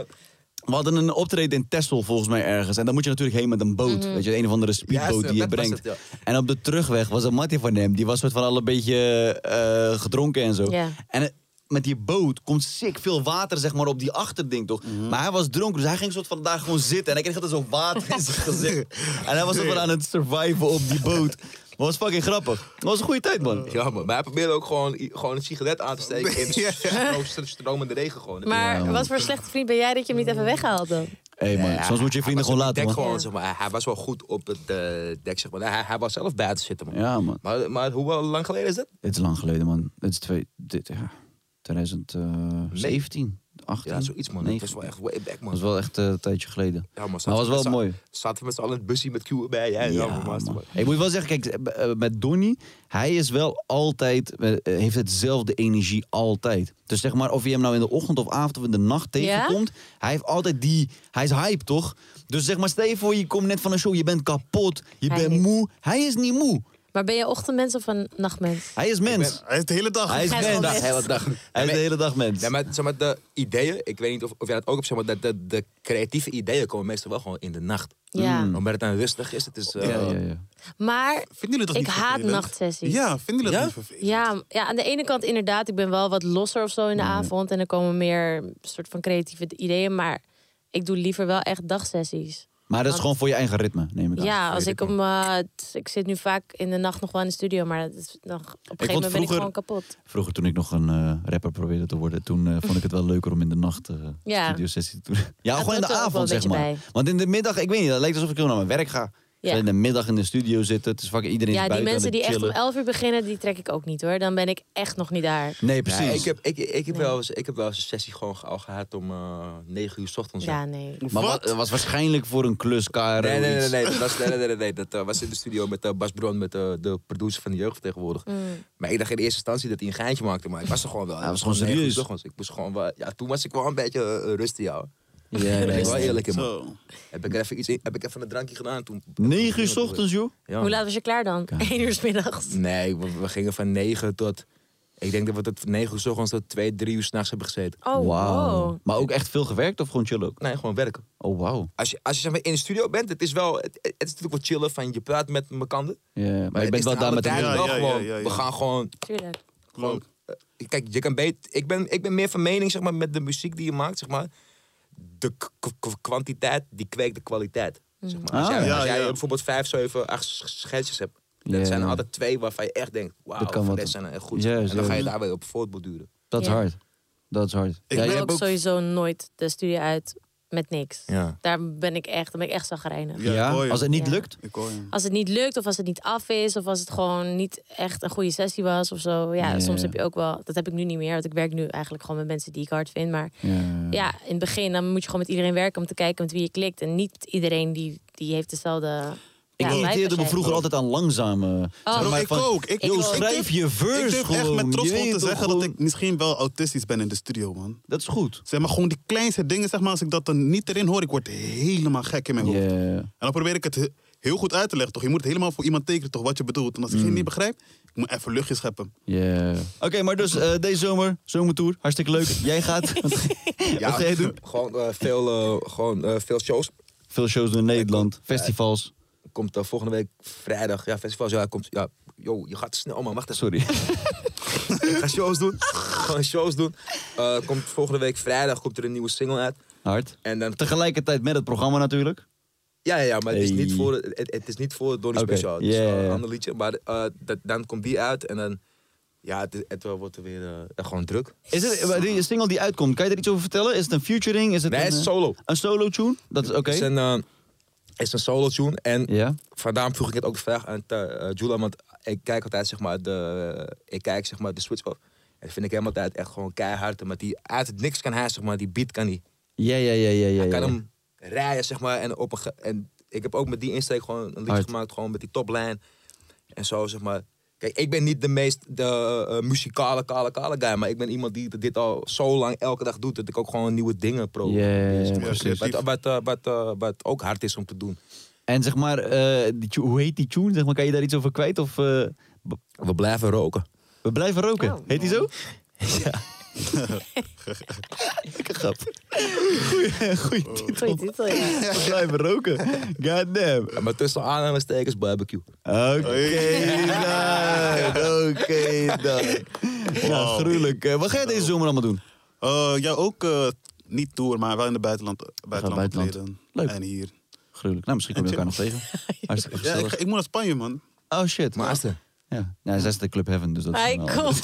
we hadden een optreden in Texel volgens mij ergens. En dan moet je natuurlijk heen met een boot.
Mhm.
Weet je, een of andere speedboot
Juist,
die je
dat was
brengt.
het,
En op de terugweg was een mattie van hem. Die was soort van al een beetje eh, gedronken en zo.
Ja.
En het- met die boot komt sick veel water zeg maar, op die achterding toch.
Mhm.
Maar hij was dronken, dus hij ging soort van daar gewoon zitten. En hij kreeg altijd zo'n water in zijn gezicht. En hij was soort van aan het surviven op die boot. Maar was fucking grappig. Dat was een goede tijd, man.
Ja, man. Maar hij probeerde ook gewoon, gewoon een sigaret aan te steken in de stro- stro- stromende regen gewoon.
maar wat voor slechte vriend ben jij dat je hem niet even weghaalt dan?
hey, man, soms moet je je vrienden
Hij
gewoon
was op
laten,
het
man.
dek gewoon, zeg maar. Hij- Hij was wel goed op het eh, dek, zeg maar. Hij, hij was zelf buiten zitten, man.
Ja, man.
Maar, maar hoe wel lang geleden is dat?
Dit is lang geleden, man. Dit is twee, dit, ja, eh, 2017, 18.
Ja, zoiets, man. Dat was
19.
wel echt way back,
Dat was
man.
wel echt eh, een tijdje geleden.
Ja, man,
maar
zaten
was
we
wel
met z'n-
mooi.
Zaten we met z'n allen in het busje met Q bij. Ja, ja, man. was het, man.
Ik moet wel zeggen, kijk, eh, met Donnie, hij is wel altijd, eh, heeft hetzelfde energie altijd. Dus zeg maar, of je hem nou in de ochtend of avond of in de nacht tegenkomt, hij heeft altijd die, hij is hype toch? Dus zeg maar, stel je voor, je komt net van een show, je bent kapot, je
Hij
bent
niet.
moe. Hij is niet moe,
Maar ben je ochtendmens of een nachtmens?
hij is mens.
hij is de hele dag.
Hij is
Hij is gewoon
mens.
mens.
Hele dag.
Hij is de hele dag mens.
Ja, maar, zeg maar de ideeën, ik weet niet of, of jij dat ook hebt, zeg maar, de, de, de creatieve ideeën komen meestal wel gewoon in de nacht.
Ja. Mm.
Omdat het dan rustig is. Het is eh,
Ja, ja, ja.
Maar
Vinden jullie dat
ik
niet
haat
vervelend?
nachtsessies.
Ja, vinden jullie dat
Ja?
niet vervelend?
Ja, ja, aan de ene kant inderdaad. Ik ben wel wat losser of zo in de avond. En er komen meer soort van creatieve ideeën. Maar ik doe liever wel echt dagsessies.
Maar dat is gewoon voor je eigen ritme, neem Nou, ik aan.
Ja, als ik om... eh, t- ik zit nu vaak in de nacht nog wel in de studio. Maar dat is nog, op een gegeven moment ben ik
vroeger-
gewoon kapot.
Vroeger toen ik nog een eh, rapper probeerde te worden, toen eh, vond ik het wel leuker om in de nacht eh
Ja.
studiosessie te doen. Ja, gewoon in
hoort
de
er ook wel een
avond zeg
beetje
maar.
bij.
Want in de middag, ik weet niet, dat lijkt alsof ik heel naar mijn werk ga.
Ja.
Ik ga in de middag in de studio zitten, het is fucking iedereen is
Ja, die
buiten
mensen die
aan het
echt om
chillen.
11 uur beginnen, die trek ik ook niet hoor. Dan ben ik echt nog niet daar.
Nee, precies.
ja, ik, heb, ik, ik, heb wel eens, ik heb wel eens een sessie gewoon ge- al gehad om eh 9 uur 's ochtends.
Ja, nee.
Maar wat, het was waarschijnlijk voor een klus, KRO,
Nee, nee, nee,
iets.
nee, dat was, nee, nee, nee, nee, Dat eh, was in de studio met eh, Bas Bron, met eh, de producer van de jeugd tegenwoordig. Maar ik dacht in eerste instantie dat hij een geintje maakte, maar ik was er gewoon wel.
Mm. hij was gewoon
negen uur 's
serieus.
ochtends. Ik moest gewoon wel, ja, toen was ik wel een beetje eh, rustig, ja.
Ja,
Ben
nee.
ik wel eerlijk in, man.
Zo.
Heb ik, er even iets in- heb ik even een drankje gedaan toen?
9 uur 's ochtends, joh.
Ja.
Hoe laat was je klaar dan? 1 uur 's middags.
Nee, we, we gingen van 9 tot. Ik denk dat we tot negen uur 's ochtends tot twee, drie uur s'nachts hebben gezeten.
Oh, wow.
Maar ook echt veel gewerkt of gewoon chill ook?
Nee, gewoon werken.
Oh, wauw.
Als je, als je zeg maar, in de studio bent, het is wel, het, het is natuurlijk wat chiller van je praat met mekander.
Ja, maar, je bent wel daar met
de
Ja,
wel
ja, ja,
gewoon,
ja, ja.
we gaan gewoon
tuurlijk.
Klopt.
Eh, Kijk, je kan beter. Ik ben, ik ben meer van mening zeg maar, met de muziek die je maakt. Zeg maar. De k- k- k- kwantiteit die kweekt de kwaliteit. Zeg maar. als
Ah,
jij,
ja,
als jij
ja.
bijvoorbeeld 5, 7, 8 schetsjes hebt. Dat
Ja.
zijn er altijd twee waarvan je echt denkt: wauw,
Dat kan
van
wat.
deze zijn er echt goed.
Juist,
en dan ga je
juist.
daar weer op voortborduren.
Dat is
Ja.
hard. Dat is hard.
Ik
Ja,
ben
je
Ik wil
hebt
ook
ook-
sowieso nooit de studie uit met niks.
Ja.
Daar ben ik echt, daar ben ik echt zagrijnig.
Ja, ik hoor
Ja,
je.
als het niet
Ja.
lukt.
Ik hoor je.
Als het niet lukt, of als het niet af is, of als het gewoon niet echt een goede sessie was of zo. Ja,
Ja.
soms heb je ook wel. Dat heb ik nu niet meer, want ik werk nu eigenlijk gewoon met mensen die ik hard vind. Maar ja, in het begin dan moet je gewoon met iedereen werken om te kijken met wie je klikt. En niet iedereen die, die heeft dezelfde.
Ik
ja, vibe als
irriteerde me
jij.
vroeger altijd aan langzame.
Oh.
Bro,
Maar
ik
van,
ook. Ik,
Yo,
ik-
schrijf
ik-
je verse
Ik durf echt
gewoon. Je
met trots
weet
gewoon te
toch
zeggen dat
gewoon-
ik misschien wel autistisch ben in de studio, man.
Dat is goed.
Zeg maar gewoon die kleinste dingen, zeg maar, als ik dat dan niet erin hoor, ik word helemaal gek in mijn hoofd.
Ja.
En dan probeer ik het he- heel goed uit te leggen, toch? Je moet het helemaal voor iemand tekenen, toch? Wat je bedoelt. En als
Mm.
ik het niet begrijp, ik moet even luchtjes scheppen.
Ja. Oké, maar dus eh, deze zomer, zomertour, hartstikke leuk. Jij gaat
Ja,
ga jij doen?
Gewoon, eh, veel, eh, gewoon eh, veel shows.
veel shows door Nederland, festivals.
Komt eh, volgende week vrijdag. Ja, festivals. Ja, komt. Ja, yo, je gaat snel, man. Wacht even.
Sorry.
Ik ga shows doen. Gewoon shows doen. Eh, komt volgende week vrijdag komt er een nieuwe single uit.
Hard.
En dan
Tegelijkertijd met het programma natuurlijk.
Ja, ja, ja, maar het is
Hey.
niet voor, het, het is niet voor Donnie
Oké,
Special. Het is
ja,
wel
ja, ja.
een ander liedje. Maar eh, dat, dan komt die uit en dan... Ja, het, is- het wordt er weer eh, gewoon druk.
Is het maar die single die uitkomt? Kan je daar iets over vertellen? Is het een featuring? Is het
Nee,
een,
het is
eh,
solo.
Een solo tune? Dat is oké.
Het is een, eh, het is een solo tune. En
Ja.
vandaar vroeg ik het ook de vraag aan eh, eh, Jula. Want ik kijk altijd zeg maar, de, ik kijk, zeg maar, de switch off. En dat vind ik hem altijd echt gewoon keihard. Maar die uit het niks kan hij, zeg maar, die beat kan hij.
Ja, ja, ja, ja, ja.
Hij
ja.
kan hem rijden, zeg maar. En, op een ge- en ik heb ook met die insteek gewoon een liedje
Hard.
gemaakt, gewoon met die toplijn. En zo, zeg maar. Kijk, ik ben niet de meest de, eh, muzikale, kale, kale guy. Maar ik ben iemand die dit al zo lang elke dag doet. Dat ik ook gewoon nieuwe dingen probeer.
Ja, ja,
zeg maar.
precies.
Wat, wat, eh, wat, eh, wat ook hard is om te doen.
En zeg maar, eh, die tu- hoe heet die tune? Zeg maar, kan je daar iets over kwijt? Of eh, b-
We blijven roken.
we blijven roken.
Oh.
heet die zo? Ja. Lekker grap. Goeie, goeie
Oh.
titel.
Goeie titel, ja.
We blijven roken. Goddamn.
Ja, Maar tussen aanhalingstekens barbecue.
Oké dan. Oké dan. Ja, gruwelijk. Eh, Wat ga je deze zomer allemaal doen?
Eh ja, ook eh, niet tour, maar wel in het buitenland. buitenland,
buitenland.
optreden.
Leuk.
En hier.
Gruwelijk. Nou, misschien komen we elkaar nog tegen. Hartstikke
Ja, ik,
gezellig.
ik moet naar Spanje, man.
Oh shit.
Maarten.
Ja. ja, zij is de Club Heaven, dus dat is,
Hij
een ander-
komt.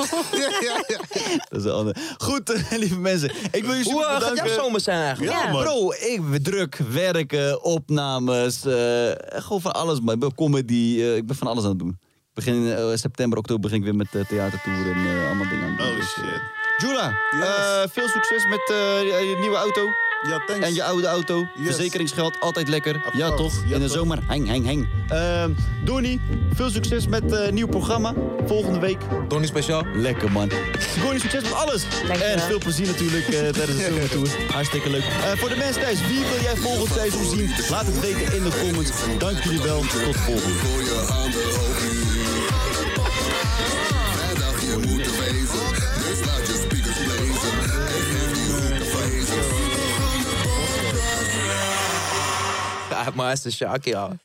dat is een ander. Goed, eh, lieve mensen. Ik wil jullie
Hoe
super
eh, gaat jouw
bedanken.
zomer zijn eigenlijk?
Ja,
Ja.
man.
Bro, ik druk, werken, opnames, eh, gewoon van alles. Maar ik ben comedy, eh, ik ben van alles aan het doen. Begin eh, september, oktober begin ik weer met eh, theatertour en eh, allemaal dingen aan het doen.
Oh
Dus, eh,
shit.
Jula,
Yes.
eh, veel succes met eh, je, je nieuwe auto
Ja, thanks.
en je oude auto.
Yes.
Verzekeringsgeld, altijd lekker.
Of
Ja
course.
toch?
Ja,
In de
toch.
zomer, heng, heng, heng. Ehm Donnie, veel succes met eh nieuw programma volgende week.
Donnie Speciaal?
Lekker man. Gewoon succes met alles.
Dankjewel.
En veel plezier natuurlijk eh, tijdens de zomertour. Hartstikke leuk. Eh, voor de mensen thuis, wie wil jij volgend seizoen zien? Laat het weten in de comments. Dank jullie wel. Tot volgende.
Gooi je handen hoog nu. Vrijdag je moet er wezen. Dus laat je speakers blazen. En geef die hoek een vrezen.
Ja, maar hij is de Sjaak, ja.